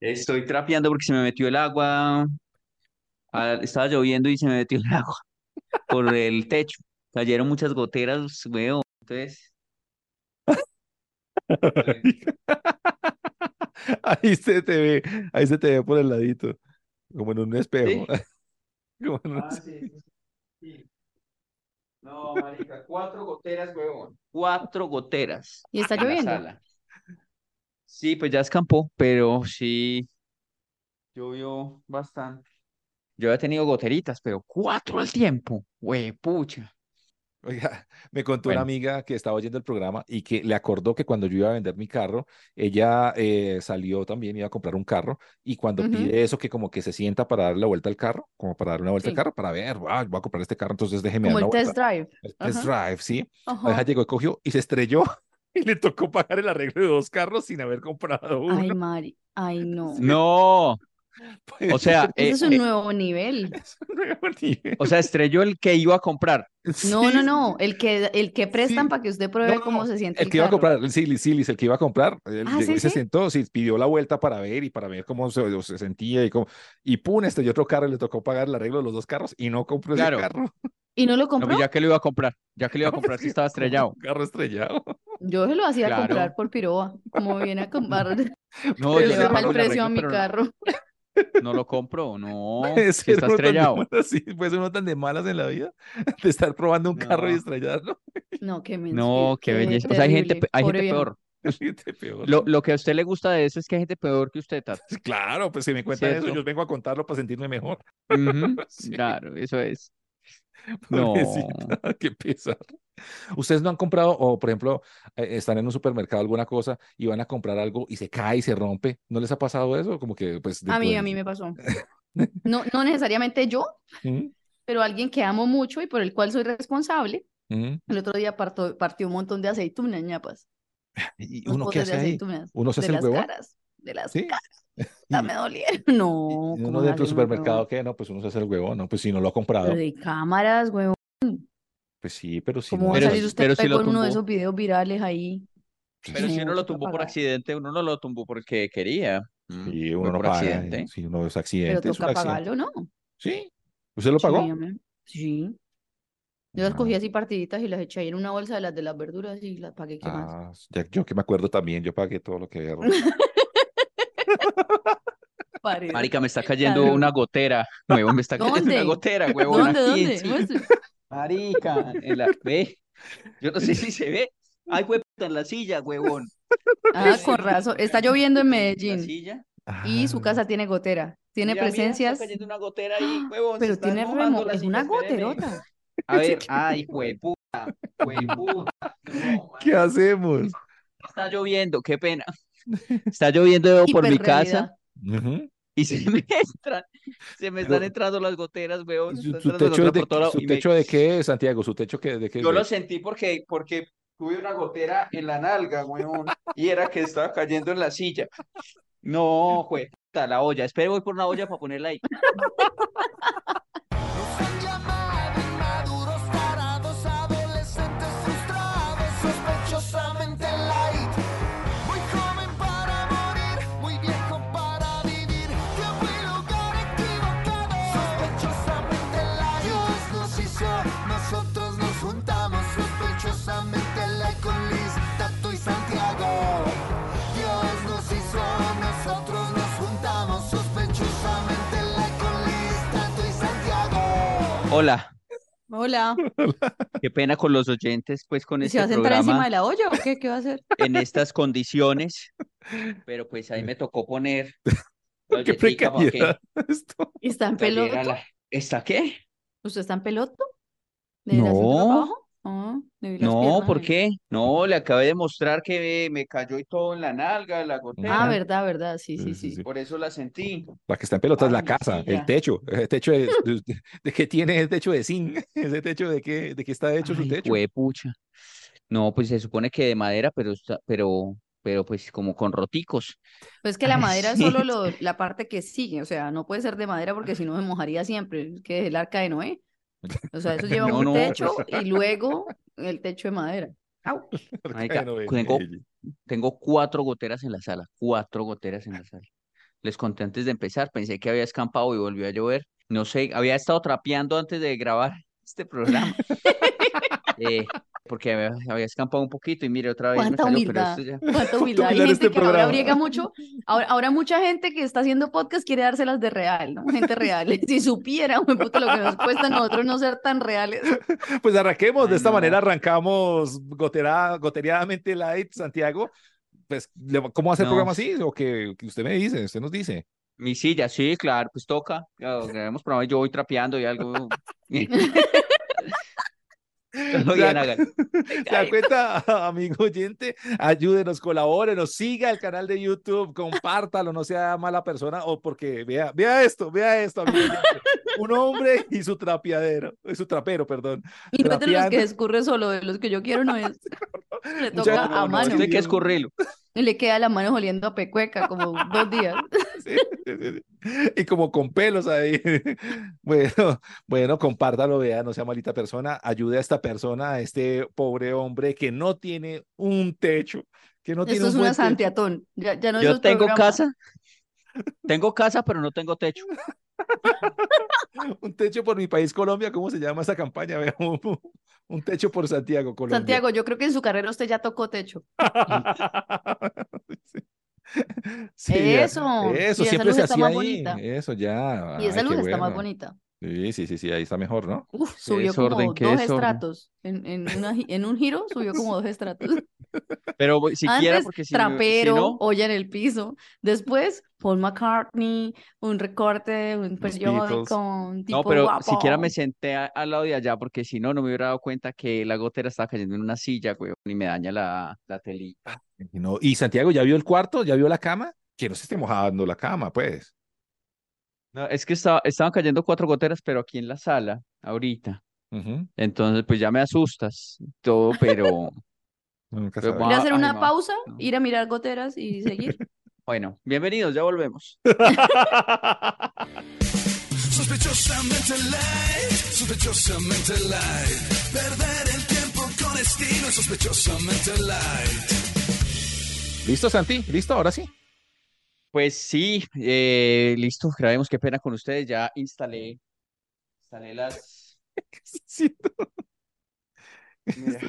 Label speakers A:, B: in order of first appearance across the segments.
A: Estoy trapeando porque se me metió el agua. Ah, Estaba lloviendo y se me metió el agua por el techo. Cayeron muchas goteras, veo. Entonces,
B: Ahí se te ve, ahí se te ve por el ladito, como en un espejo. Como en un
A: Ah,
B: espe-
A: sí, sí, sí. No, marica, cuatro goteras, huevón. Cuatro goteras
C: Y está
A: en la
C: lloviendo.
A: sala. Sí, pues ya escampó, pero sí llovió bastante. Yo había tenido goteritas, pero cuatro al tiempo. Huepucha.
B: Oiga, me contó una
A: Bueno.
B: amiga que estaba oyendo el programa y que le acordó que cuando yo iba a vender mi carro, ella eh, salió también, iba a comprar un carro y cuando
C: Ujú.
B: pide eso que como que se sienta para darle la vuelta al carro, como para darle una vuelta al
C: Sí.
B: carro, para ver, "Ah, voy a comprar este carro, entonces déjeme
C: Como
B: dar
C: el
B: una
C: test
B: vuelta.
C: drive.
B: El test drive, ¿sí? La vieja
C: Ajá.
B: llegó y cogió y se estrelló y le tocó pagar el arreglo de dos carros sin haber comprado uno.
C: Ay, Mari. Ay, no.
A: No,
B: Pues,
A: o sea,
C: Ese
A: eh,
C: es un
A: eh,
C: nuevo nivel.
B: es un nuevo nivel.
A: o sea, estrelló el que iba a comprar.
C: No, no,
B: Sí,
C: no. El que, el que prestan
B: Sí.
C: para que usted pruebe
B: no,
C: cómo
B: no,
C: se siente
B: El
C: el
B: que iba a
C: carro.
B: comprar, sí, Liz, sí, Liz, el que iba a comprar, él
C: Ah,
B: llegó
C: sí,
B: y se
C: sí.
B: sentó, sí, pidió la vuelta para ver y para ver cómo se, se sentía y cómo, y pum, estrelló otro carro y le tocó pagar el arreglo de los dos carros y no compró ese
A: Claro.
B: carro.
C: ¿Y no lo
A: No, pues
C: compró?
A: ya que lo iba a comprar, ya que lo iba a
B: No,
A: comprar,
B: es
A: si
B: que
A: estaba
B: compró
A: estrellado.
B: un carro estrellado.
C: Yo se lo hacía
A: Claro.
C: comprar por piroa. Como viene a comprar,
A: No, yo
B: Ese
C: le
A: le
C: baja
A: pago
C: el
A: el
C: precio a
A: arreglo,
C: mi
A: pero no-
C: carro.
A: no lo compro, no,
B: Puede
A: si
B: ser
A: está
B: uno tan de
A: estrellado.
B: malas, sí, puede ser uno tan de malas en la vida de estar probando un carro y
A: No.
B: estrellarlo.
C: No, qué mens-
A: No, qué belleza. O sea, hay gente,
C: terrible,
A: pe- hay
C: pobre
A: gente
C: viejo.
A: peor.
B: Terrible, peor.
A: Lo, lo que a usted le gusta de eso es que hay gente peor que usted, Tato.
B: Claro, pues si me cuentan eso,
A: Cierto.
B: yo vengo a contarlo para sentirme mejor.
A: Ujú,
B: Sí.
A: Claro, eso es. No.
B: Pobrecita, qué pesar. ¿Ustedes no han comprado, o por ejemplo, eh, están en un supermercado alguna cosa y van a comprar algo y se cae y se rompe? ¿No les ha pasado eso? Como que, pues,
C: A mí,
B: dentro
C: a mí
B: del-
C: me pasó. No, no necesariamente yo,
B: ¿Mm?
C: pero alguien que amo mucho y por el cual soy responsable.
B: ¿Mm?
C: El otro día partó- partió un montón de aceitunas, ñapas.
B: ¿Y
C: Unos
B: uno qué
C: potes de
B: hace ahí?
C: aceitunas.
B: ¿Uno se
C: De
B: hace el
C: las
B: huevón?
C: caras. De las
B: Sí.
C: caras.
B: Y,
C: Me dolieron.
B: y- y
C: No,
B: uno
C: ¿cómo
B: dentro del
C: sale uno de
B: supermercado,
C: huevón?
B: ¿qué? No, pues uno se hace el huevón, ¿no? Pues si no lo ha comprado,
C: Pero de cámaras, huevón.
B: pues sí, pero si
C: ¿Cómo
B: no
C: va a
B: es
C: salir
B: así,
C: usted
A: pero si
C: pego
A: lo
C: en uno de
A: tumbó.
C: esos videos virales ahí?
A: Pero si
C: No,
A: uno lo
C: toca
A: tumbó por
C: pagar.
A: accidente, uno no lo tumbó porque quería. Mm,
B: si
A: fue
B: uno no
A: por
B: paga,
A: accidente.
B: si uno es
C: Pero
B: accidente, es un
C: toca
B: accidente.
C: pagarlo, ¿no?
B: ¿Sí? ¿Usted lo
C: Sí,
B: pagó?
C: a mí- Sí. Yo las cogí
B: Ah.
C: así partiditas y las eché ahí en una bolsa de las de las verduras y las pagué. ¿Qué más?
B: Ah, ya- yo que me acuerdo también, yo pagué todo lo que había roto.
C: Pared.
A: Marica, me está cayendo
C: Ladrón.
A: una gotera, huevón, me está cayendo
C: ¿Dónde?
A: una gotera, huevón,
C: ¿Dónde,
A: aquí
C: dónde?
A: encima.
C: Muestre.
A: Marica, en la ve. Yo no sé si se ve. Ay, huevón, en la silla, huevón.
C: Ah, con razón. Está lloviendo en
A: La
C: Medellín
A: silla.
C: y su
B: Ah.
C: casa tiene gotera. Tiene
A: Mira, mira, está
C: presencias, Ah,
A: cayendo una gotera ahí, huevón, se
C: pero
A: están
C: tiene
A: mojando
C: remo.
A: las
C: Es una
A: sillas, espéreme.
C: goterota.
A: A ver, ay, hueputa, hueputa. No,
B: ¿Qué
A: marica,
B: hacemos?
A: está lloviendo, qué pena. Está lloviendo por mi casa
C: Hiperrealidad.
B: Ujú.
A: y se me entran, se me están
B: Pero-
A: entrando las goteras, huevón,
B: ¿Su,
A: están
B: su
A: entrando
B: techo es
A: goteras
B: de,
A: por todo lado
B: su
A: y me-
B: techo de qué, Santiago? ¿Su techo qué, de qué?
A: Yo
B: de-
A: lo sentí porque, porque tuve una gotera en la nalga, weón, y era que estaba cayendo en la silla. No, jue, puta, la olla. Espere, voy por una olla para ponerla ahí.
D: Nos han llamado inmaduros, tarados, adolescentes frustrados, sospechosamente light. Muy joven para morir, muy viejo para vivir. Tiempo y lugar equivocado, sospechosamente light. Dios nos hizo, nosotros nos juntamos, sospechosamente light con Liz, Tato y Santiago. Dios nos hizo, nosotros nos juntamos, sospechosamente light con Liz, Tato y Santiago.
A: Hola,
C: Hola.
A: qué pena con los oyentes, pues con
C: ¿Y
A: este
C: se va a sentar
A: programa.
C: encima de la olla o qué? ¿Qué va a hacer?
A: en estas condiciones, pero pues ahí me tocó poner la
B: ¿Qué
A: olletica pa' que
B: precariedad esto?
C: ¿Está en
A: cayera
C: peloto?
A: la- ¿Está qué?
C: ¿Usted está en peloto? ¿De la cintura
A: No.
C: para abajo? Ah, me vi las
A: No, ¿por
C: piernas, eh.
A: qué? No, le acabé de mostrar que me cayó y todo en la nalga, la gotera.
C: Ah, verdad, verdad, sí, sí, sí.
A: Por eso la sentí.
B: La que está en pelota es la
A: Ay,
B: casa,
A: sí, ya.
B: el techo. El techo de, de, de qué tiene el techo de zinc, ese techo de qué, de qué está hecho su
A: Ay,
B: techo.
A: juepucha. No, pues se supone que de madera, pero está- pero, pero pues como con roticos.
C: Pues que la
A: Ay,
C: madera es
A: sí.
C: solo lo- la parte que sigue, o sea, no puede ser de madera porque si no me mojaría siempre, es que es el arca de Noé. O sea, eso lleva
A: No,
C: un
A: no.
C: techo y luego el techo de madera. Au.
A: Marica,
B: Bueno, eh,
A: tengo-
B: eh,
A: Tengo cuatro goteras en la sala, cuatro goteras en la sala. Les conté antes de empezar, pensé que había escampado y volvió a llover. No sé, había estado trapeando antes de grabar este programa. Eh, porque había, había escampado un poquito y mire, otra vez me
C: Cuánta
A: salió, pero
C: humildad.
A: esto ya.
C: Cuánta humildad. Hay
B: humildad
C: gente
B: este
C: que ahora
B: programa.
C: briega mucho, ahora, ahora mucha gente que está haciendo podcast quiere dárselas de real, ¿no? Gente real. Si supiera, pues, puta, lo que nos cuesta a nosotros no ser tan reales.
B: Pues arranquemos, de
A: Ay,
B: esta
A: no.
B: manera arrancamos gotera, gotereadamente light, Santiago. Pues, le- ¿cómo hacer
A: No.
B: programa así? O que, que usted me dice, usted nos dice.
A: Mi silla, sí, claro, pues toca. Claro, grabemos programa y yo voy trapeando y algo. Todo
B: Ya-
A: bien, hágale.
B: ¿Se da cuenta, amigo oyente? Ayúdenos, colabórenos, siga el canal de YouTube, compártalo, no sea mala persona, o porque vea, vea esto, vea esto, amigo oyente. Un hombre y su trapeadero, y su trapero, perdón.
C: Y no es de los
B: Trapeando.
C: que escurre solo, de los que yo quiero no es. Le
B: Mucha-
A: No,
C: toca
A: no,
C: a
A: no,
C: mano.
A: esto hay que escurrirlo.
C: Y le queda la mano oliendo a pecueca como dos días.
B: Sí, sí, sí, sí. Y como con pelos ahí. Bueno, bueno, compártalo, vea, no sea malita persona, ayude a esta persona, a este pobre hombre que no tiene un techo, que no tiene
C: Esto
B: un
C: es una
B: buen techo.
C: santiatón. Ya, ya no
A: Yo
C: esos
A: tengo
C: programas.
A: casa, tengo casa, pero no tengo techo.
B: Un techo por mi país, Colombia, ¿cómo se llama esa campaña? Vea, un, un techo por Santiago, Colombia.
C: Santiago, yo creo que en su carrera usted ya tocó techo.
B: Sí. Sí, vea,
C: Eso, y
B: eso
C: esa
B: siempre
C: luz
B: se
C: está
B: hacía
C: más
B: ahí.
C: bonita.
B: Eso ya.
C: Y esa
B: ay,
C: luz
B: qué
C: está más
B: bueno.
C: bonita.
B: Sí, sí, sí, sí, ahí está mejor, ¿no?
C: Uf, subió
A: desorden,
C: como
A: qué
C: dos
A: desorden.
C: estratos. En, en, una gi- en un giro subió como dos estratos.
A: Pero voy- siquiera
C: Antes,
A: porque si, no- si
C: trapero,
A: no,
C: olla en el piso. Después, Paul McCartney, un recorte, un
B: Beatles.
C: periódico, un
A: no,
C: tipo
A: pero
C: guapo.
A: siquiera me senté a- al lado de allá porque si no, no me hubiera dado cuenta que la gotera estaba cayendo en una silla, güey, y me daña la, la telita.
B: Y no- y Santiago, ¿ya vio el cuarto? ¿Ya vio la cama? Que no se esté mojando la cama, pues.
A: No, Ah, es que estaba, estaban cayendo cuatro goteras, pero aquí en la sala, ahorita.
B: Ujú,
A: Entonces, pues ya me asustas y todo, pero
B: nunca
A: Pero
B: sabe.
A: va-
C: Ir a hacer
A: Ay,
C: una
A: ma,
C: pausa,
A: no.
C: ir a mirar goteras y seguir.
A: bueno, bienvenidos, ya volvemos.
D: Sospechosamente light, sospechosamente E. light. Perder el tiempo con estilo, sospechosamente light.
B: ¿Listo, Santi? ¿Listo? Ahora sí.
A: Pues sí, eh, listo, grabemos, qué pena con ustedes, ya instalé, instalé las...
B: Sí.
A: mira,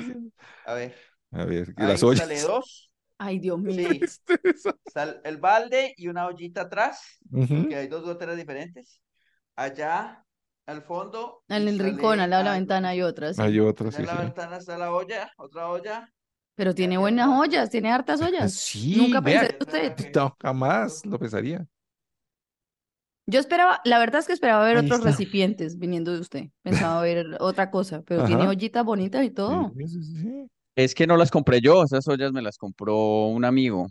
A: a ver,
B: A ver,
A: ahí
B: las
A: instalé
B: ollas.
A: dos,
C: Ay, Dios mío.
A: sí, está el- el balde y una ollita atrás.
B: Ujú.
A: que hay dos goteras diferentes. Allá, al fondo.
C: En el
A: instalé-
C: rincón, al lado de la
A: ah,
C: ventana hay otras. sí.
B: Hay
A: allá
B: otras, sí,
A: en la
B: sí.
A: ventana está la olla, otra olla.
C: Pero tiene
A: allá
C: buenas
A: atrás.
C: ollas, tiene hartas
B: Ah,
C: ollas.
B: Sí,
C: Nunca
B: vea,
C: pensé de usted.
B: no, jamás lo pensaría.
C: Yo esperaba, la verdad es que esperaba ver
B: Ahí
C: otros
B: está.
C: recipientes viniendo de usted. Pensaba ver otra cosa, pero tiene
B: Ajá.
C: ollitas bonitas y todo.
B: Sí, sí, sí, sí.
A: Es que no las compré yo, esas ollas me las compró un amigo.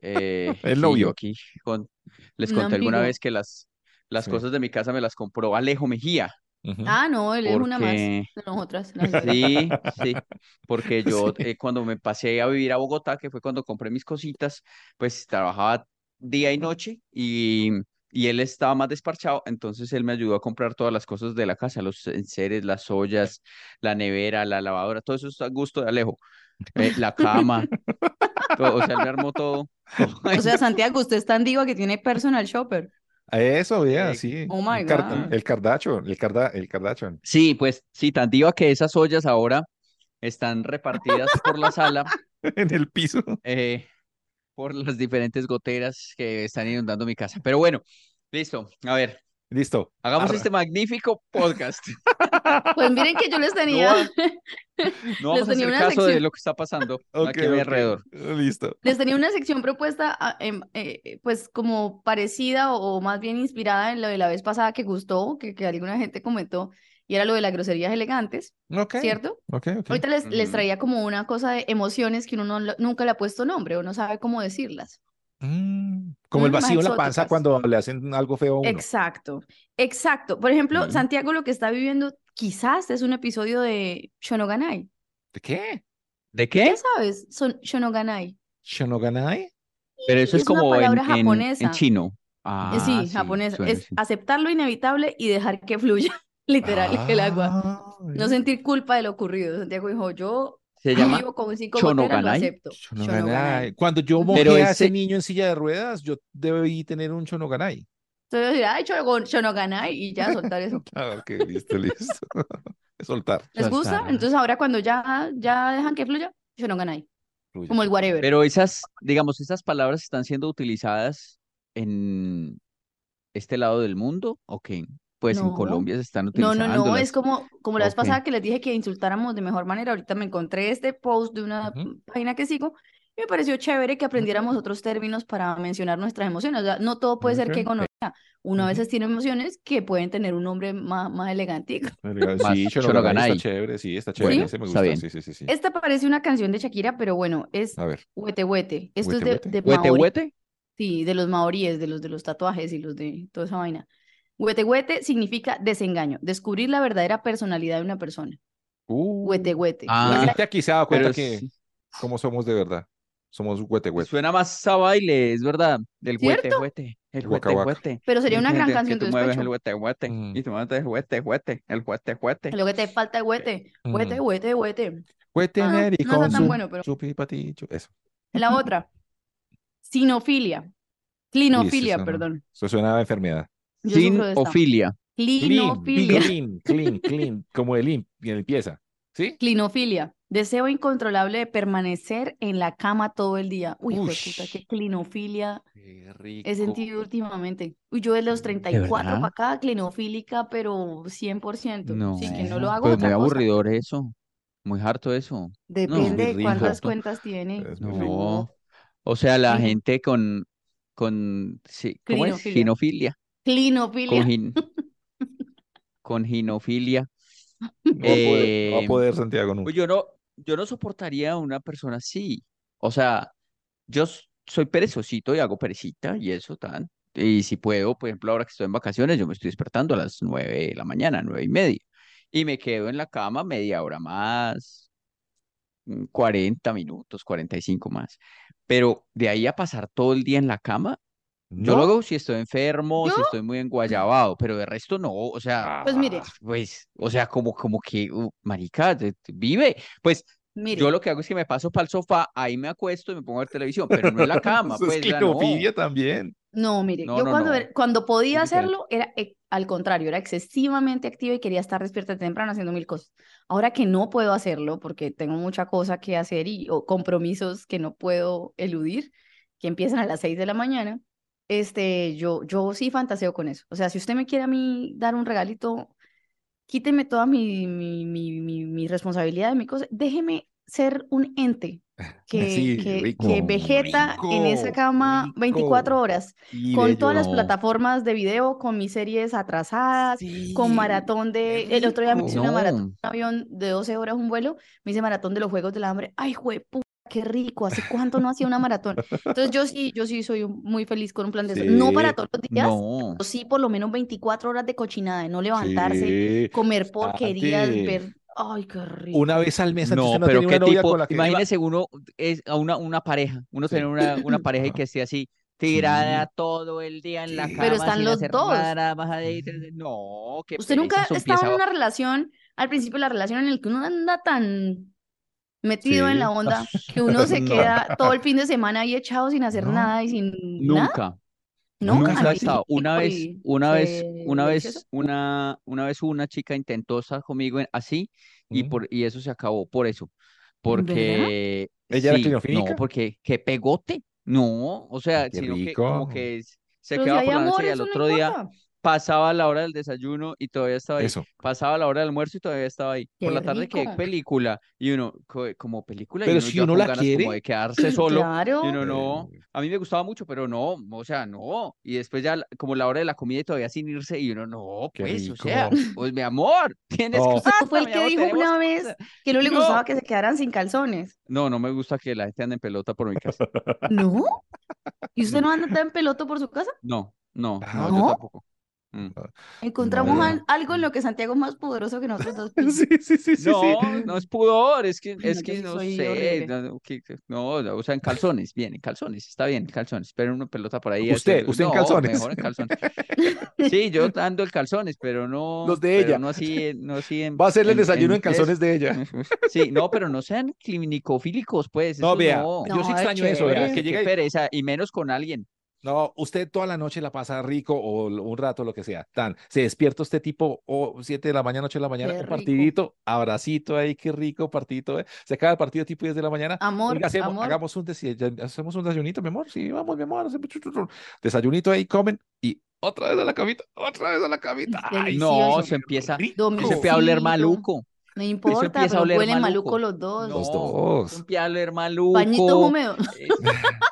A: Eh, sí, yo
B: El novio.
A: aquí con- les
C: Un
A: conté alguna
C: amigo.
A: vez que las, las
B: Sí.
A: cosas de mi casa me las compró Alejo Mejía.
B: Ujú.
C: Ah, no, él es una más
A: Porque,
C: de nosotras. las de-
A: sí, sí, porque yo
B: Sí.
A: eh, cuando me pasé a vivir a Bogotá, que fue cuando compré mis cositas, pues trabajaba día y noche y, y él estaba más desparchado, entonces él me ayudó a comprar todas las cosas de la casa, los enseres, las ollas, la nevera, la lavadora, todo eso está a gusto de Alejo, eh, la cama, todo, o sea, él me armó todo. todo ahí.
C: O sea, Santiago, usted es tan diva que tiene personal shopper.
B: Eso, vea,
A: Eh,
B: sí.
C: oh my
B: Un carta-
C: God.
B: El Kardashian, el, carda, el Kardashian.
A: Sí, pues sí, tan diva que esas ollas ahora están repartidas por la sala.
B: en el piso.
A: eh, por las diferentes goteras que están inundando mi casa. Pero bueno, listo. A ver,
B: Listo.
A: hagamos
B: Arra.
A: este magnífico podcast.
C: Pues miren que yo les tenía,
A: No vamos
C: Les
A: a
C: tenía
A: hacer
C: una
A: caso de
C: sección.
A: lo que está pasando
B: Ok,
A: aquí a mi
B: ok.
A: alrededor.
B: Listo.
C: les tenía una sección propuesta, ah, em, eh, pues como parecida o, o más bien inspirada en lo de la vez pasada que gustó, que, que alguna gente comentó, y era lo de las groserías elegantes,
B: Ok,
C: ¿cierto?
B: ok, ok.
C: Ahorita les, les
A: Ujú.
C: traía como una cosa de emociones que uno no lo- nunca le ha puesto nombre o no sabe cómo decirlas.
B: Mm, como el
C: Mm, más
B: vacío en la panza
C: exóticas.
B: cuando le hacen algo feo a uno.
C: Exacto, exacto. Por ejemplo,
A: Ujú.
C: Santiago lo que está viviendo quizás es un episodio de Shonoganai.
B: ¿De qué?
A: ¿De
C: ¿Ya
B: ¿Eh?
A: qué?
C: sabes? Son Shonoganai.
B: ¿Shonoganai?
A: Pero eso es
C: es una
A: como en,
C: palabra
A: en- en
C: japonesa.
A: chino.
C: Eh,
A: Ah,
C: sí, japonés.
A: suena,
C: es
A: sí.
C: aceptar lo inevitable y dejar que fluya, literal, el agua.
B: Ah,
C: No
B: eh.
C: sentir culpa de lo ocurrido. Santiago dijo, yo
A: Se llama
C: vivo con cinco goteras, lo
A: Shonoganai.
C: acepto.
B: Shonoganai.
C: Shonoganai.
B: Cuando yo
C: Ujú.
B: mojé
A: Pero
B: a ese
A: ese-
B: niño en silla de ruedas, yo debí tener un Shonoganai.
C: Entonces decir, ay, Shonogon- Shonoganai, y ya soltar eso.
B: Ah, ok, listo, listo. Soltar.
C: ¿Les gusta?
A: Soltar.
C: Entonces ahora cuando ya, ya dejan que fluya, Shonoganai,
B: Fluye,
C: como el
B: fluye.
C: whatever.
A: Pero esas, digamos, esas palabras están siendo utilizadas en este lado del mundo, ¿o qué? Pues en
C: No.
A: Colombia se están
C: No, no, no,
A: utilizándolas.
C: es como, como la vez
A: Ok.
C: pasada que les dije que insultáramos de mejor manera. Ahorita me encontré este post de una
B: Ujú.
C: página que sigo y me pareció chévere que aprendiéramos otros términos para mencionar nuestras emociones. O sea, no todo puede ser
B: Ok.
C: que gonorrea. Uno a
B: Ujú.
C: veces tiene emociones que pueden tener un nombre más, más elegantico.
B: Verga,
A: Más
B: Sí, Shonoganai está
A: Shonoganai.
B: chévere, sí, está
A: Bueno,
B: chévere, ese me
A: está
B: gusta,
A: bien.
B: sí, sí, sí, sí.
C: Esta parece una canción de Shakira, pero bueno, es
B: A ver,
C: Huete Huete. Esto es de,
B: Huete Huete.
C: de
A: ¿Huete,
C: Maori.
A: huete?
C: Sí, de los maoríes, de los de los tatuajes y los de toda esa vaina. Huete huete significa desengaño, descubrir la verdadera personalidad de una persona. Huete
B: uh,
C: huete.
B: la
A: Ah,
C: Es la-
B: gente aquí se ha dado cuenta
A: Pero
B: que
A: sí,
B: cómo somos de verdad, somos huete huete.
A: suena más a baile, es verdad, del huete,
C: ¿Cierto?
A: huete, el
B: El guaca,
A: huete,
B: guaca.
A: huete.
C: Pero sería
A: Es
C: una gran
A: que
C: canción
A: tú
C: de
A: mueves
C: despecho.
A: el huete, huete,
B: Mm.
A: y tú mueves el huete, huete, el huete, huete.
C: Lo que te falta es huete. Huete,
B: Mm.
C: huete, huete.
B: Huete
C: Ah, no,
B: Neri
C: no está
B: con
C: tan
B: su,
C: bueno, pero
B: su pipatillo, eso.
C: la otra. Sinofilia.
B: Uy, eso
C: Clinofilia,
B: suena,
C: perdón.
B: eso suena a enfermedad.
C: Yo sufro de esta.
A: Sinofilia.
B: Clean,
C: Clinofilia.
B: clean, clean, clean, como el lim- y limpieza, ¿sí?
C: Clinofilia. Deseo incontrolable de permanecer en la cama todo el día. Uy, hijo de puta,
B: Ush.
C: qué clinofilia.
B: Qué
C: He
B: rico. Mm,
C: sentido últimamente. Uy, yo de los
B: ¿De
C: 34
A: verdad?
C: para acá, clinofílica, pero 100%. Sí,
B: eh,
C: que no lo
A: No,
C: hago
A: pues muy
C: otra cosa.
A: aburridor eso, muy harto eso.
B: Es
A: No,
C: Depende
B: muy
C: de
B: rico,
C: cuántas
A: harto.
C: cuentas tiene.
B: es muy rico.
A: No,
C: No,
A: o sea, la
C: clino,
A: gente con, con, sí, ¿cómo es?
C: clinofilia.
A: Ginofilia, con
C: Clinofilia.
A: gin, con ginofilia.
B: No va a poder, no va a
A: Eh,
B: poder Santiago
A: pues
B: nunca.
A: yo no, yo no soportaría a una persona así. O sea, yo s- soy perezosito y hago perecita y eso tan. Y si puedo, por ejemplo, ahora que estoy en vacaciones, yo me estoy despertando a las nueve de la mañana, nueve y media, y me quedo en la cama media hora más, mm, 40 minutos, 45 más. Pero de ahí a pasar todo el día en la cama, yo lo
B: ¿No?
A: hago si estoy enfermo,
C: Yo,
A: si estoy muy enguayabado, pero de resto no, o sea,
C: pues mire,
B: Ah,
A: pues, o sea, como, como que, uh, marica, te- te- vive. Pues yo
C: mire.
A: lo que hago es que me paso para el sofá, ahí me acuesto y me pongo a ver televisión, pero no en la cama,
B: eso es
A: pues, o sea, no,
B: clinofilia también.
C: No, mire,
A: no,
C: yo
A: no,
C: cuando,
A: no,
C: era- cuando
A: es
C: podía
A: diferente.
C: hacerlo era ex- al contrario, era excesivamente activa y quería estar despierta temprano haciendo mil cosas. Ahora que no puedo hacerlo porque tengo mucha cosa que hacer y o compromisos que no puedo eludir, que empiezan a las 6 de la mañana, este, yo, yo sí fantaseo con eso. O sea, si usted me quiere a mí dar un regalito, quíteme toda mi, mi, mi, mi, mi responsabilidad, mi cosa, déjeme ser un ente que,
B: Sí,
C: que, que
B: rico,
C: vegeta en esa
B: rico,
C: cama 24
B: rico.
C: horas,
B: Y
C: con
B: bello.
C: todas las
A: No,
C: plataformas de video, con mis series atrasadas, con
B: Sí,
C: maratón
B: qué
C: de... El otro día me hice
B: rico.
C: una maratón,
A: no,
C: un avión de 12 horas, un vuelo, me hice maratón de los Juegos del Hambre. ¡Ay, jueputa! Qué rico, ¿hace cuánto no hacía una maratón? Entonces yo sí, yo sí soy un- muy feliz con un plan de eso. No para
B: Sí,
C: todos los días,
A: no,
C: pero sí por lo menos 24 horas de cochinada, de no levantarse,
B: sí.
C: comer porquerías,
B: Santi,
C: ver, ay, qué
B: una
C: rico.
B: vez al mes, Santi, usted
A: No,
B: no
A: pero
B: tenía una
A: qué
B: novia
A: tipo,
B: con la que iba.
A: imagínese uno es a una, una pareja, uno tener
B: Sí,
A: una, una pareja y
B: ajá,
A: que esté así tirada
B: sí,
A: todo el día en la
C: Pero
A: cama
B: sí.
C: están
A: sin
C: los
A: hacer
C: dos. Mm.
A: nada, bajadita,
B: sí.
A: no, qué pereza,
C: ¿Usted nunca
A: eso
C: estaba
A: empieza,
C: en una relación, al principio la relación en el que uno anda tan metido en la
B: Sí.
C: onda que uno se
A: no,
C: queda todo el fin de semana ahí echado sin hacer
B: No,
C: nada y sin nada,
A: nunca,
C: ¿no?
A: nunca he
B: Santi.
A: estado, una
C: Antibiótico
A: vez,
C: y
A: una vez,
C: fue
A: una
C: delicioso.
A: vez, una, una vez una chica intentó estar conmigo en- así y
B: Mm.
A: por, y eso se acabó, por eso,
C: ¿Verdad?
A: porque,
B: ¿Ella era
A: sí, no,
B: clinofílica?
A: porque, qué pegote, no, o
B: Ay,
A: sea,
B: qué
A: sino que como
B: rico.
A: que es- se
C: Pero si
A: quedaba
C: hay
A: por la noche
C: amor,
A: y al
C: eso no
A: otro día,
C: importa.
A: pasaba la hora del desayuno y todavía estaba ahí.
B: Mm. Eso.
A: Pasaba la hora del almuerzo y todavía estaba ahí.
C: ¡Qué
A: Por la tarde, que
C: rico!
A: película? Y uno, co- como película, y
B: Pero si
A: ya
B: uno
A: con
B: la
A: ganas como
B: quiere.
A: de quedarse solo.
C: Claro.
A: Y uno no.
B: Eh,
A: A mí me gustaba mucho, pero no, o sea, no. Y después ya la- como la hora de la comida y todavía sin irse y uno, no,
B: Qué
A: pues, o sea,
B: rico. Oh.
A: pues mi amor, tienes
B: No.
A: que
B: Eso
C: Fue el
A: mi
C: que
A: amor,
C: dijo
A: tenemos
C: una
A: que
C: vez
A: usar.
C: que no le
A: No.
C: gustaba que se quedaran sin calzones.
A: No, no me gusta que la gente ande en pelota por mi casa.
C: ¿No? ¿Y usted no anda en peloto por su casa?
A: No, no,
B: Ah,
A: no, yo
C: ¿no?
A: tampoco. Mm.
C: Encontramos
B: No.
C: al- algo en lo que Santiago es más poderoso que nosotros dos.
B: Sí, sí, sí, sí, sí.
A: No, no es pudor, es que,
C: no,
A: es
C: yo
A: que
C: sí
A: no
C: soy
A: sé,
C: horrible.
A: no, no, que- que- no, no, o sea, en calzones, bien, en calzones, está bien, en calzones, pero una pelota por ahí.
B: Usted,
A: haciendo-
B: usted en
A: no,
B: calzones.
A: mejor en calzones. Sí, yo ando en calzones, pero no,
B: Los de
A: pero
B: ella.
A: no así, en- no así en.
B: Va a hacerle el desayuno en
A: eso.
B: calzones de ella.
A: Sí, no, pero no sean clinicofílicos, pues,
B: No,
A: eso
B: vea,
A: no.
B: yo sí
C: No,
B: extraño
C: es
B: eso, vea,
C: chévere.
B: que
A: Qué
B: llega y-
A: pereza, y menos con alguien.
B: No, usted toda la noche la pasa rico o l- un rato, lo que sea. Tan, se despierta usted tipo o 7 de la mañana, 8 de la mañana,
C: Qué
B: un
C: rico.
B: partidito, abracito ahí, qué rico partidito. eh. Se acaba el partido tipo 10 de la mañana.
C: Amor,
B: Oiga, hacemos,
C: amor.
B: hagamos un desayuno, hacemos un desayunito, mi amor. Sí, vamos, mi amor. hacemos chu, chu, chu. Desayunito ahí, comen y otra vez a la camita, otra vez a la camita.
C: Es
B: Ay,
A: No,
C: delicioso.
A: se empieza,
C: Domingo.
A: se empieza a oler
C: Cosito.
A: maluco.
C: No importa,
A: empieza a
C: pero
A: oler
C: huelen
A: maluco.
C: maluco los dos.
A: No,
B: Los
A: se
B: dos.
A: empieza a oler maluco.
C: Pañitos húmedos.
A: Eh,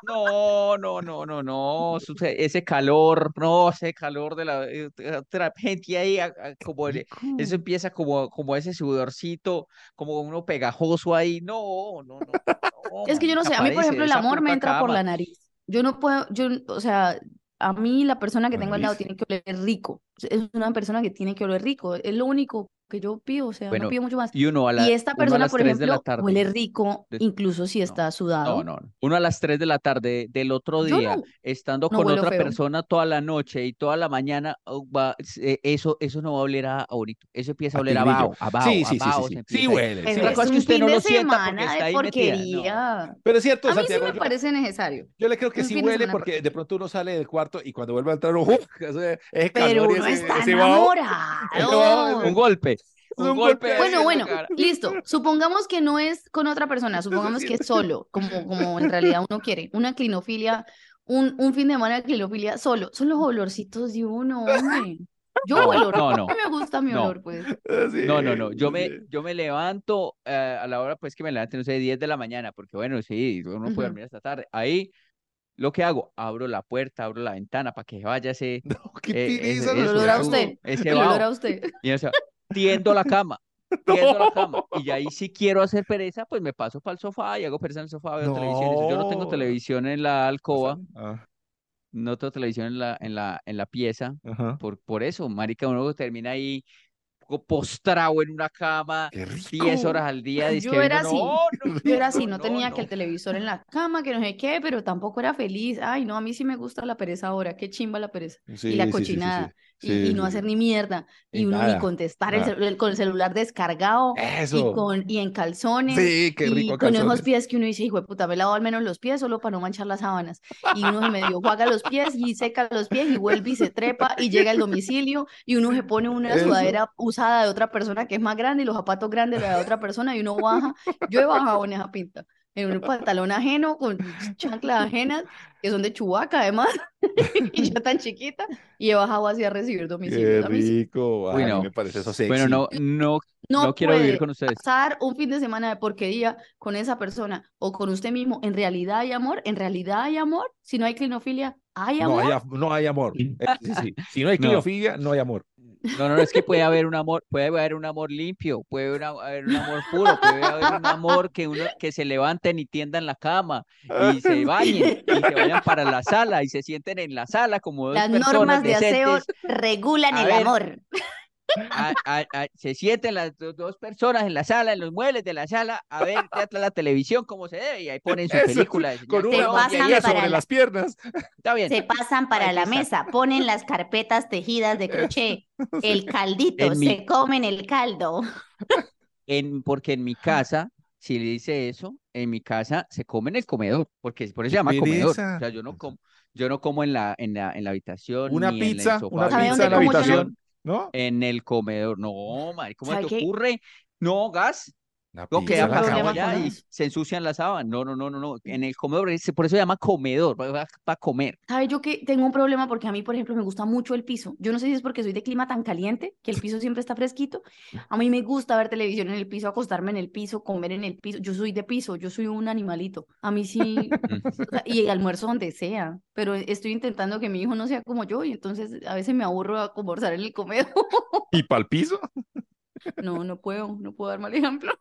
A: No, no, no, no, no. su- se- Ese calor, no, ese calor de la eh, otra gente ahí, a- a- como el- eso empieza como, como ese sudorcito, como uno pegajoso ahí. No, no, no. no,
C: Es que yo no sé,
A: marica,
C: a mí, por
A: parece
C: ejemplo, el
A: esa
C: amor me
A: puta
C: entra por
A: cama.
C: la nariz. Yo no puedo, yo, o sea, a mí la persona que
B: La
C: tengo al lado
B: nariz.
C: tiene que oler rico. Es una persona que tiene que oler rico. Es lo único que yo pido, o sea, no
A: Bueno,
C: pido mucho más.
A: Y uno a la,
C: Y esta
A: uno a
C: persona,
A: las
C: por
A: 3 de la
C: ejemplo,
A: tarde.
C: huele rico,
A: De-
C: incluso si
A: No,
C: está
A: No,
C: sudado.
A: no, no. Uno a las 3 de la tarde del otro
C: Yo
A: día,
C: no.
A: estando
C: No
A: con
C: huelo
A: otra
C: feo.
A: persona toda la noche y toda la mañana, oh, va- eh, eso, eso no va a oler a ahorita. Eso empieza a
B: A
A: oler a
B: tigrillo.
A: bao, a bao,
B: Sí,
A: a
B: sí, sí,
A: bao, se
B: sí, sí. Sí
A: empieza ahí.
B: huele, sí
C: Pero
A: Otra
C: es
B: huele.
A: cosa es que
C: un
A: usted
C: fin
A: no
C: de
A: lo sienta porque
C: semana
A: está
C: de
A: ahí metida, no.
C: porquería.
B: Pero es cierto,
C: A mí sí
B: Santiago,
C: me
B: yo-
C: parece necesario.
B: Yo le creo que
C: Un
B: sí
C: fin de
B: huele
C: semana
B: porque
C: porque-
B: de pronto uno sale del cuarto y cuando vuelve a entrar, ¡uf! ese, ese
C: Pero
B: calor y
C: uno
B: ese,
C: está
B: ese vaho, vaho,
A: Un
C: enamorado.
A: golpe.
B: un
A: Un
B: golpe
A: golpe.
B: ahí
A: en la
C: Bueno, bueno,
A: cara.
C: listo. Supongamos que no es con otra persona, supongamos que es solo, como, como en realidad uno quiere. Una clinofilia, un, un fin de semana de clinofilia solo. Son los olorcitos de uno, hombre. Yo
A: No,
C: huelo rico.
A: no, no.
C: A mí me gusta mi
A: No.
C: olor, pues.
B: sí,
A: No, no, no. Yo
B: sí.
A: me, yo me levanto eh, a la hora, pues que me levante, no sé, 10 de la mañana, porque bueno, sí, uno
C: Ujú.
A: puede dormir hasta tarde. Ahí, lo que hago, abro la puerta, abro la ventana para que vaya ese,
B: No, qué
A: eh, ese-
B: pereza,
C: El
A: ese
B: no,
C: olor a
B: no,
A: vaho,
C: usted.
A: ese
C: El olor
A: vaho.
C: a usted.
A: Y o sea, tiendo la cama, tiendo la cama. Y ya ahí si quiero hacer pereza, pues me paso para el sofá y hago pereza en el sofá, veo televisión. Eso, Yo no tengo
B: No.
A: televisión en la alcoba,
B: Ah,
A: no tengo televisión en la, en la, en la pieza.
B: ajá.
A: Por, por eso, marica, uno termina ahí co- postrado en una cama
B: Qué
A: 10
B: rico.
A: horas al día.
C: Yo
A: dizque viendo-
C: era así,
A: No, no,
C: Yo
A: no,
C: era así, no tenía que
A: no.
C: el televisor en la cama, que no sé qué, pero tampoco era feliz. Ay, no, a mí sí me gusta la pereza ahora, qué chimba la pereza.
B: Sí,
C: y la
B: sí, sí, sí, sí.
C: cochinada, y,
B: Sí,
C: y no
B: sí,
C: hacer
B: sí.
C: ni mierda, y,
B: Y
C: uno
B: nada,
C: ni contestar el
B: nada.
C: celu- el- con el celular descargado,
B: Eso.
C: y, con, y en calzones,
B: Sí, qué rico
C: y con esos
B: calzones.
C: pies que uno dice, hijo de puta, me lavo al menos los pies solo para no manchar las sábanas. Y uno se medio juega los pies y seca los pies y vuelve y se trepa y llega al domicilio y uno se pone una
B: Eso.
C: sudadera usada de otra persona que es más grande y los zapatos grandes de la otra persona y uno baja. Yo he bajado en esa pinta. En un pantalón ajeno, con chanclas ajenas, que son de chubaca además, y ya tan chiquita, y he bajado así a recibir
B: Qué
C: domicilios. A mí sí.
B: rico.
A: Uy,
B: Ay,
A: no.
B: me parece eso sexy.
A: Bueno, no, no,
C: No
A: no quiero vivir
C: puede
A: con ustedes.
C: pasar un fin de semana de porquería con esa persona o con usted mismo. En realidad hay amor, en realidad hay amor. Si no hay clinofilia, hay
B: No
C: amor.
B: hay, af- no hay amor. Eh, sí, sí. Si no hay
A: No.
B: criofilia, no hay amor.
A: No, no, no, es que puede haber un amor, puede haber un amor limpio, puede haber, una- haber un amor puro, puede haber un amor que uno que se levanten y tiendan la cama
B: Ah,
A: y se bañen y se vayan para la sala y se sienten en la sala como dos
C: Las
A: personas
C: normas de aseo
A: decentes.
C: regulan
A: A
C: el
A: ver,
C: amor.
A: a- a- a- se sienten las do- dos personas en la sala, en los muebles de la sala, a ver ya está la televisión como se debe y ahí ponen su
B: Eso,
A: película. de señor
B: Con
C: Te
B: una
A: Colombia,
C: pasan
A: y
B: bandera
A: eso,
C: para
B: sobre
C: la-
B: las piernas.
A: está bien.
C: Se pasan para
A: Ahí
C: la
A: está.
C: mesa, ponen las carpetas tejidas de crochet, el caldito,
A: En mi-
C: se comen el caldo.
A: En, porque en mi casa, si le dice eso, en mi casa se come en el comedor, porque es- por eso se llama comedor. O
B: pereza!
A: sea, yo no como, yo no como en la, en la, en la habitación,
B: Una
A: ni en
B: pizza,
A: el sofá,
B: una
A: ni
C: ¿Sabe
B: pizza
C: dónde
B: en la
C: como yo no?
B: habitación. ¿No?
A: En el comedor. No, madre, ¿cómo
C: ¿Sabe
A: te
C: qué?
A: ocurre? No, gas.
B: Una
A: No,
B: pizza
A: queda
B: en la
A: pasado
B: cama.
C: problema con
A: allá y
C: eso.
A: se ensucian la sábana. No, no, no, no, no. En el comedor, ese- por eso se llama comedor, para, comer.
C: ¿Sabe yo que tengo un problema? Porque a mí, por ejemplo, me gusta mucho el piso. Yo no sé si es porque soy de clima tan caliente que el piso siempre está fresquito. A mí me gusta ver televisión en el piso, acostarme en el piso, comer en el piso. Yo soy de piso, yo soy un animalito. A mí sí, o sea, y el almuerzo donde sea. Pero estoy intentando que mi hijo no sea como yo y entonces a veces me aburro a conversar en el comedor.
B: ¿Y pa'l piso?
C: No, no puedo, no puedo dar mal ejemplo.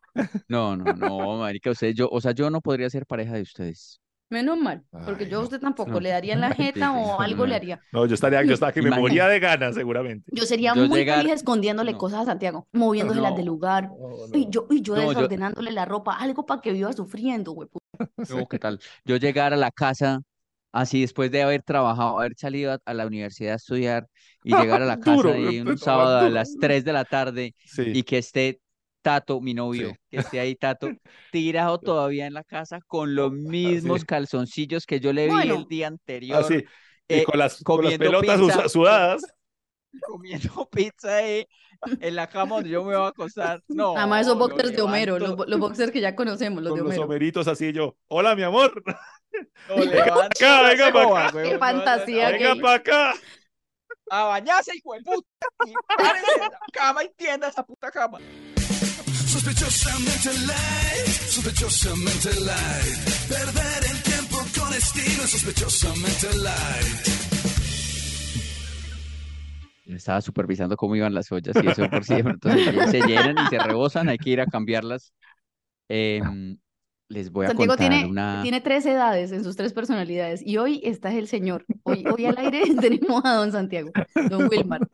A: No, no, no, marica, ustedes, yo, o sea, yo no podría ser pareja de ustedes.
C: Menos mal, porque
B: Ay,
C: yo a
B: no.
C: usted tampoco
A: No.
C: le daría en la jeta o
A: Marica,
C: algo le
A: no.
C: haría.
B: No, yo estaría, yo estaba que me
A: Imagínate.
B: moría de ganas, seguramente.
C: Yo sería
A: Yo
C: muy
A: llegar-
C: feliz escondiéndole
A: no.
C: cosas a Santiago, moviéndoselas de
A: No.
C: lugar. Y yo, y yo
A: No, yo-
C: desordenándole la ropa, algo para que viva sufriendo, güey. puta.
A: No, ¿qué tal? Yo llegar a la casa, así después de haber trabajado, haber salido a, a la universidad a estudiar y llegar a la casa
B: Duro,
A: ahí
B: te
A: un
B: tomas
A: sábado a
B: duro.
A: las 3 de la tarde
B: Sí.
A: y que esté Tato, mi novio,
B: Sí.
A: que esté ahí Tato, tirado todavía en la casa con los mismos calzoncillos que yo le vi
C: Bueno.
A: el día anterior,
B: Así. Ah, y
A: eh,
B: con las, con las
A: comiendo
B: pelotas
A: pizza.
B: usa- sudadas.
A: comiendo pizza ahí en la cama donde yo me voy a acostar. No,
C: Además, esos
A: lo
C: boxers de Homero, los,
A: levanto,
C: bo- los boxers que ya conocemos, los
B: Con
C: de
B: los
C: Homero.
B: homeritos así yo. Hola, mi amor.
A: lo levanto,
B: acá,
A: no
B: venga
A: se
B: pa'
A: joda,
B: acá.
A: huevón,
C: Qué
A: no, no, no,
C: fantasía
A: venga
B: Venga
C: gay.
B: para acá.
A: a bañarse, hijo de puta. Y párese en la cama y tienda esa puta cama.
D: Sospechosamente light, sospechosamente light. Perder el tiempo con estilo, sospechosamente light.
A: Estaba supervisando cómo iban las ollas y eso por siempre. Entonces ya se llenan y se rebosan, hay que ir a cambiarlas. Em, les voy a
C: Santiago
A: contar
C: tiene,
A: una.
C: tiene tres edades en sus tres personalidades y hoy está el señor. Hoy, hoy al aire tenemos a don Santiago, don Wilmar.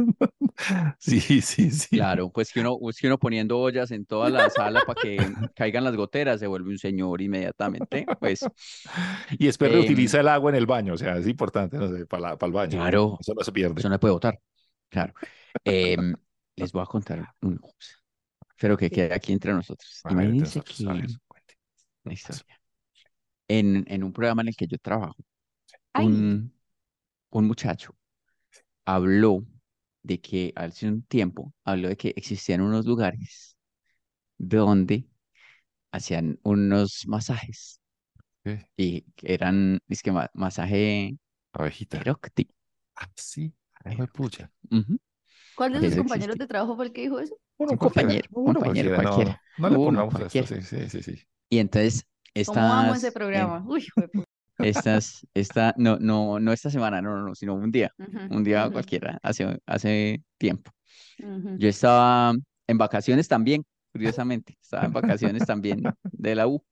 B: Sí, sí, sí.
A: Claro, pues que uno, pues que uno poniendo ollas en toda la sala para que caigan las goteras, se vuelve un señor inmediatamente. Pues
B: Y después
A: Em,
B: reutiliza el agua en el baño. O sea, es importante, no sé, para, el baño.
A: Claro.
B: Eso no se pierde.
A: Eso no puede votar. Claro. Em, les voy a contar una cosa. Espero que quede aquí entre nosotros.
B: A ver,
A: Imagínense
B: entonces, a ver,
A: que
B: cuente.
A: una historia. En, en un programa en el que yo trabajo,
C: Ay,
A: un, un muchacho habló de que hace un tiempo habló de que existían unos lugares donde hacían unos masajes
B: Ok.
A: y que eran, es que masaje
B: Abejita.
A: erótico.
B: Ah, sí. Ay,
A: Ay,
B: juepucha.
A: Ujú.
C: ¿cuál de
A: que
C: sus
A: eso
C: compañeros
A: existe.
C: de trabajo fue el que dijo eso?
B: Uno
A: Un
B: cualquiera,
A: compañero, un
B: uno
A: compañero
B: cualquiera, no,
A: cualquiera.
B: No, no le
A: Uno
B: pongamos a esto,
A: cualquiera.
B: sí, sí, sí, sí.
A: Y entonces
C: ¿Cómo amo ese
A: estas, em,
C: programa? Uy, fue
A: estas, esta, no, no, no esta semana, no, no, no, sino un día, un día cualquiera, hace, hace tiempo. Yo estaba en vacaciones también, curiosamente, estaba en vacaciones también de la U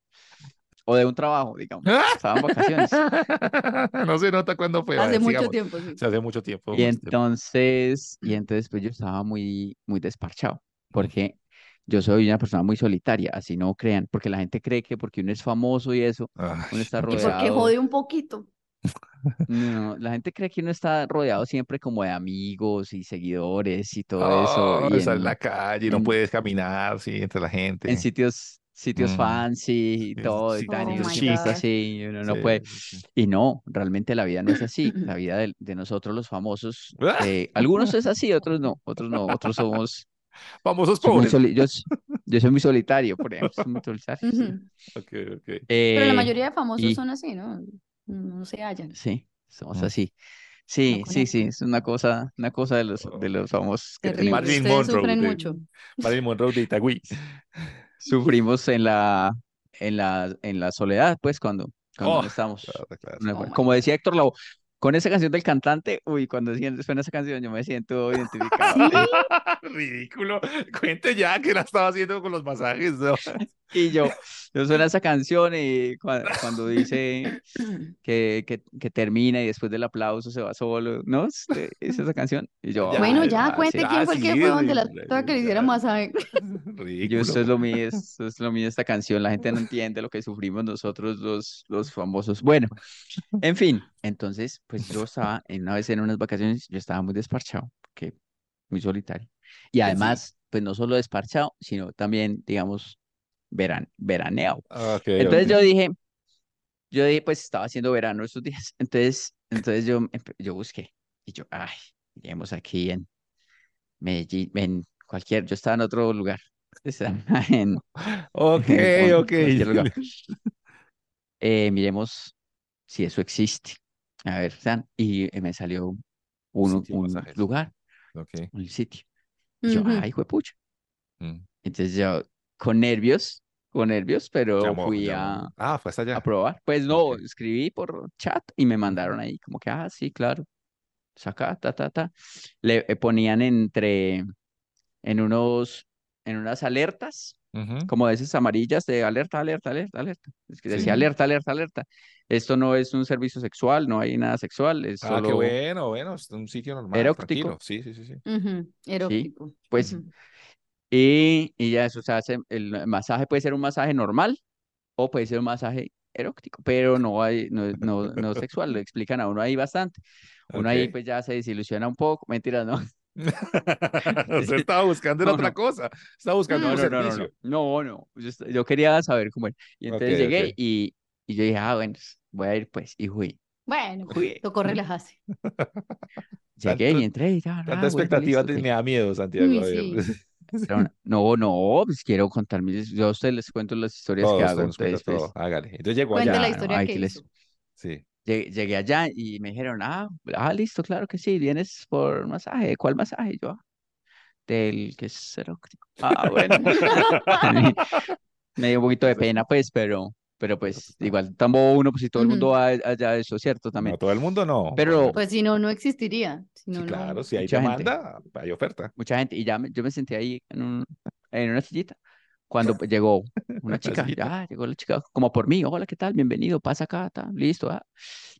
A: o de un trabajo, digamos. Estaba en vacaciones.
B: No se nota cuándo fue.
C: Hace
B: Vale,
C: mucho
B: sigamos.
C: tiempo, sí.
B: O sea, hace mucho
A: Y
B: tiempo. mucho tiempo.
A: entonces, y entonces pues yo estaba muy, muy desparchado, porque yo soy una persona muy solitaria, así no crean, porque la gente cree que porque uno es famoso y eso,
B: Ay,
A: uno está
C: Y porque
A: rodeado.
C: jode un poquito.
A: No, la gente cree que uno está rodeado siempre como de amigos y seguidores y todo
B: Oh,
A: eso, y
B: sale
A: en,
B: en la calle, no
A: en-
B: puedes caminar, sí, entre la gente.
A: en sitios, sitios
B: Mm.
A: fancy y
B: Sí,
A: todo, y
B: sí,
A: tan, y
C: Oh
A: uno
C: my
A: siempre está
C: God.
A: así, y uno no
B: Sí,
A: puede.
B: sí, sí.
A: Y no, realmente la vida no es así. La vida del- de, nosotros los famosos,
B: Ah.
A: eh, algunos es así, otros no, otros no, otros somos,
B: Famosos
A: soy muy
B: pobres.
A: soli- yo, s- yo soy muy solitario, por ejemplo, soy muy solitario, sí.
C: Ujú.
B: Ok, ok.
C: Pero la
A: Eh,
C: mayoría de famosos
A: y-
C: son así, ¿no? No se hallan.
A: Sí, somos
B: Mm.
A: así. Sí, sí, sí,
C: conectan.
A: es una cosa, una cosa de los de los famosos que
C: Terrible.
A: tenemos.
B: Marilyn
C: Ustedes
B: Monroe
C: sufren
B: de-
C: mucho.
B: Marilyn Monroe de Itagüí.
A: Sufrimos en la en la en la soledad, pues cuando cuando
B: Oh,
A: no estamos.
B: Claro, claro.
A: No,
C: Oh my
A: Como decía Héctor Lavoe, con esa canción del cantante, uy, cuando sien- suena esa canción yo me siento identificado.
B: Ah, Ridículo. Cuente ya que la estaba haciendo con los masajes, ¿no?
A: Y yo, yo suena esa canción y cua- cuando dice que, que, que termina y después del aplauso se va solo, ¿no? Es, es esa canción. Y yo,
B: Ya,
C: Bueno,
A: ay,
C: ya,
A: parce,
C: cuente
B: sí.
C: quién
B: Ah,
C: fue el
B: sí,
C: que fue donde la
B: horrible,
C: toca que le
B: ya.
C: hiciera masaje.
A: Yo,
B: Ridículo.
A: esto es lo mío, esto es lo mío esta canción. La gente no entiende lo que sufrimos nosotros los, los famosos. Bueno, en fin, entonces, pues yo estaba en una vez en unas vacaciones, yo estaba muy desparchado, que muy solitario. Y además, pues no solo desparchado, sino también, digamos, veran, veraneado.
B: Ah, ok,
A: Entonces
B: ok.
A: yo dije, yo dije, pues estaba haciendo verano esos días. Entonces, entonces yo, empe- yo busqué y yo, ay, lleguemos aquí en Medellín, en cualquier, yo estaba en otro lugar. Está en-
B: Ok,
A: en
B: ok.
A: cualquier lugar. Eh, miremos si eso existe. A ver, San, y eh, me salió un,
B: Sitio de
A: un
B: pasajeros.
A: lugar,
B: Ok.
A: un sitio. Y yo,
C: Ujú.
A: ay, juepucha.
B: Mm.
A: Entonces yo, con nervios, con nervios, pero
B: Llamó,
A: fui
B: llamó.
A: a,
B: Ah, fue hasta allá.
A: a probar. Pues no,
B: Ok.
A: escribí por chat y me mandaron ahí como que, ah, sí, claro. Saca, ta, ta, ta. Le eh, ponían entre, en unos, en unas alertas
B: Ujú. Ah,
A: como de esas amarillas de alerta, alerta, alerta, alerta. Es que
B: Sí.
A: decía alerta, alerta, alerta. Esto no es un servicio sexual, no hay nada sexual, es
B: Ah, qué
A: solo,
B: bueno, bueno, es un sitio normal,
A: Erótico.
B: tranquilo. Sí, sí, sí, sí.
C: Ujú, erótico.
A: pues,
C: Ujú.
A: y, y ya eso se hace, el masaje puede ser un masaje normal o puede ser un masaje erótico, pero no hay, no, no, no es sexual, lo explican a uno ahí bastante. Uno ahí
B: Ok.
A: pues ya se desilusiona un poco, mentira, no.
B: Usted estaba buscando era
A: No,
B: otra
A: no.
B: cosa. Estaba buscando
A: No,
B: un
A: no, no, no, no,
B: servicio.
A: no, no, Yo, est- yo quería saber cómo era. Y entonces
B: Ok,
A: llegué
B: ok.
A: y, y yo dije, ah, bueno, voy a ir pues, y fui,
C: Bueno,
A: fui.
C: tocó relajarse.
A: Llegué
B: Tanto-
A: y entré y ya,
B: Tanta
A: ah, bueno,
B: expectativa
A: listo,
B: te-
A: ok.
B: me da miedo, Santiago.
C: Uy,
B: a ver.
C: sí.
A: Pero no, no, no, pues quiero contar mis, yo a ustedes les cuento las historias que
B: Todo, usted
A: hago,
B: nos cuenta
A: entonces
B: todo.
A: pues,
B: Hágale. Entonces llegó
C: Cuente
B: allá.
C: la
A: ya, no,
C: historia
A: hay
C: que
A: que les,
C: hizo.
B: Sí.
A: llegué, llegué allá y me dijeron, ah, ah, listo, claro que sí, vienes por masaje, ¿cuál masaje? Y yo, "Ah, del que es erótico. Ah, bueno, me dio un poquito de pena, pues, pero, pero pues, igual, tampoco uno, pues, si todo el mundo
C: Ujú.
A: va allá, eso es cierto también,
B: No todo el mundo no. por
A: Pero-
B: lo menos.
C: Pues si no, no existiría. Si no,
B: Sí,
C: no.
B: claro, si hay
A: mucha gente.
B: demanda, hay oferta.
A: mucha gente, y ya me- yo me senté ahí en, un- en una sillita, cuando pues, llegó una
B: Una
A: chica,
B: sillita.
A: ya llegó la chica, como por mí, hola, ¿qué tal? Bienvenido, pasa acá, ta, listo, ah,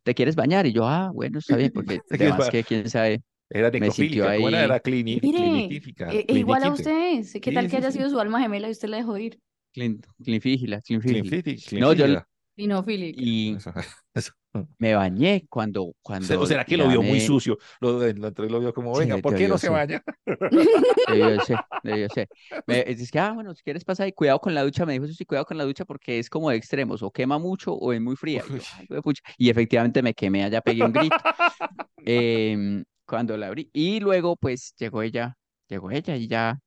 A: ¿te quieres bañar? Y yo, ah, bueno, está bien, porque
B: ¿Te quieres
A: además
B: ba-
A: que quién sabe,
B: Era
A: me sintió
B: necrofílica. ¿Cómo era?
A: ahí,
B: Era clini,
C: Mire,
B: clinitífica.
C: e- e igual a
B: cliniquite,
C: usted. ¿Qué tal
B: Sí, sí,
C: que haya
B: sí.
C: sido su alma gemela y usted la dejó ir?
A: clean, clean fígila, clean fígila.
B: Clinfiti-
A: No, yo
B: clinfígida.
C: Linofílica.
A: y
B: Eso, eso.
A: me bañé cuando,
B: Se- O
A: cuando
B: será que lo
A: ya
B: vio muy
A: me,
B: sucio. Lo, de- lo, entró y lo vio como, venga,
A: se-
B: ¿por qué
A: debió
B: no se
A: ser,
B: baña?
A: debió ser, debió ser. Me dice que, ah, bueno, si quieres pasar ahí, cuidado con la ducha, me dijo, eso sí, cuidado con la ducha porque es como de extremos, o quema mucho o es muy fría. Y yo,
B: Uy.
A: "Ay, juepucha". Y efectivamente me quemé, allá pegué un grito. em, cuando la abrí. Y luego, pues, llegó ella, llegó ella y ya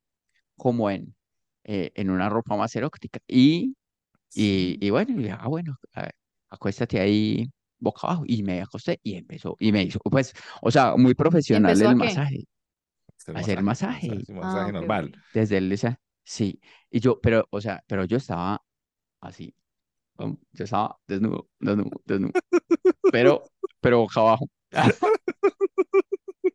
A: como en, eh, en una ropa más erótica. Y, y, y bueno, y, ah, bueno, a- acuéstate ahí boca abajo. Y me acosté y empezó, y me hizo, pues, o sea, muy profesional
C: ¿Empezó a
A: el
C: qué?
A: masaje,
B: Hacer
A: hacer
B: masaje. Masaje,
A: masaje
B: sí,
C: Ah,
B: masaje
C: ok,
B: normal.
C: ok.
A: desde el, esa- sí. Y yo, pero, o sea, pero yo estaba así, um, yo estaba desnudo, desnudo, desnudo, pero, pero boca abajo.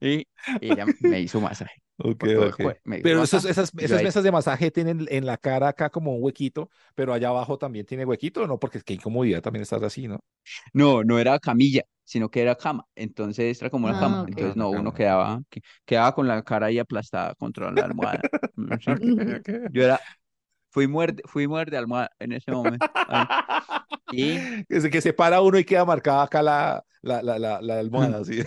A: Y ella me hizo masaje
B: Ok,
A: por todo el
B: ok.
A: cuerpo. Me hizo
B: Pero esos-
A: masaje.
B: esas,
A: Y yo
B: esas
A: ahí,
B: mesas de masaje tienen en la cara acá como un huequito, pero allá abajo también tiene huequito, ¿o ¿no? Porque es que incomodidad también estar así, ¿no?
A: no, no era camilla, sino que era cama. Entonces era como una cama.
C: Ah, ok.
B: Ah,
A: Entonces
B: una
A: no, uno
B: cama.
A: quedaba, que- quedaba con la cara ahí aplastada contra la almohada. Mm, sí.
B: Ok, ok.
A: Yo era, fui muerde, fui muerde almohada en ese momento. Ay, y
B: Que se, que se para uno y queda marcada acá la, la, la, la, la
A: Mm.
B: almohada, así.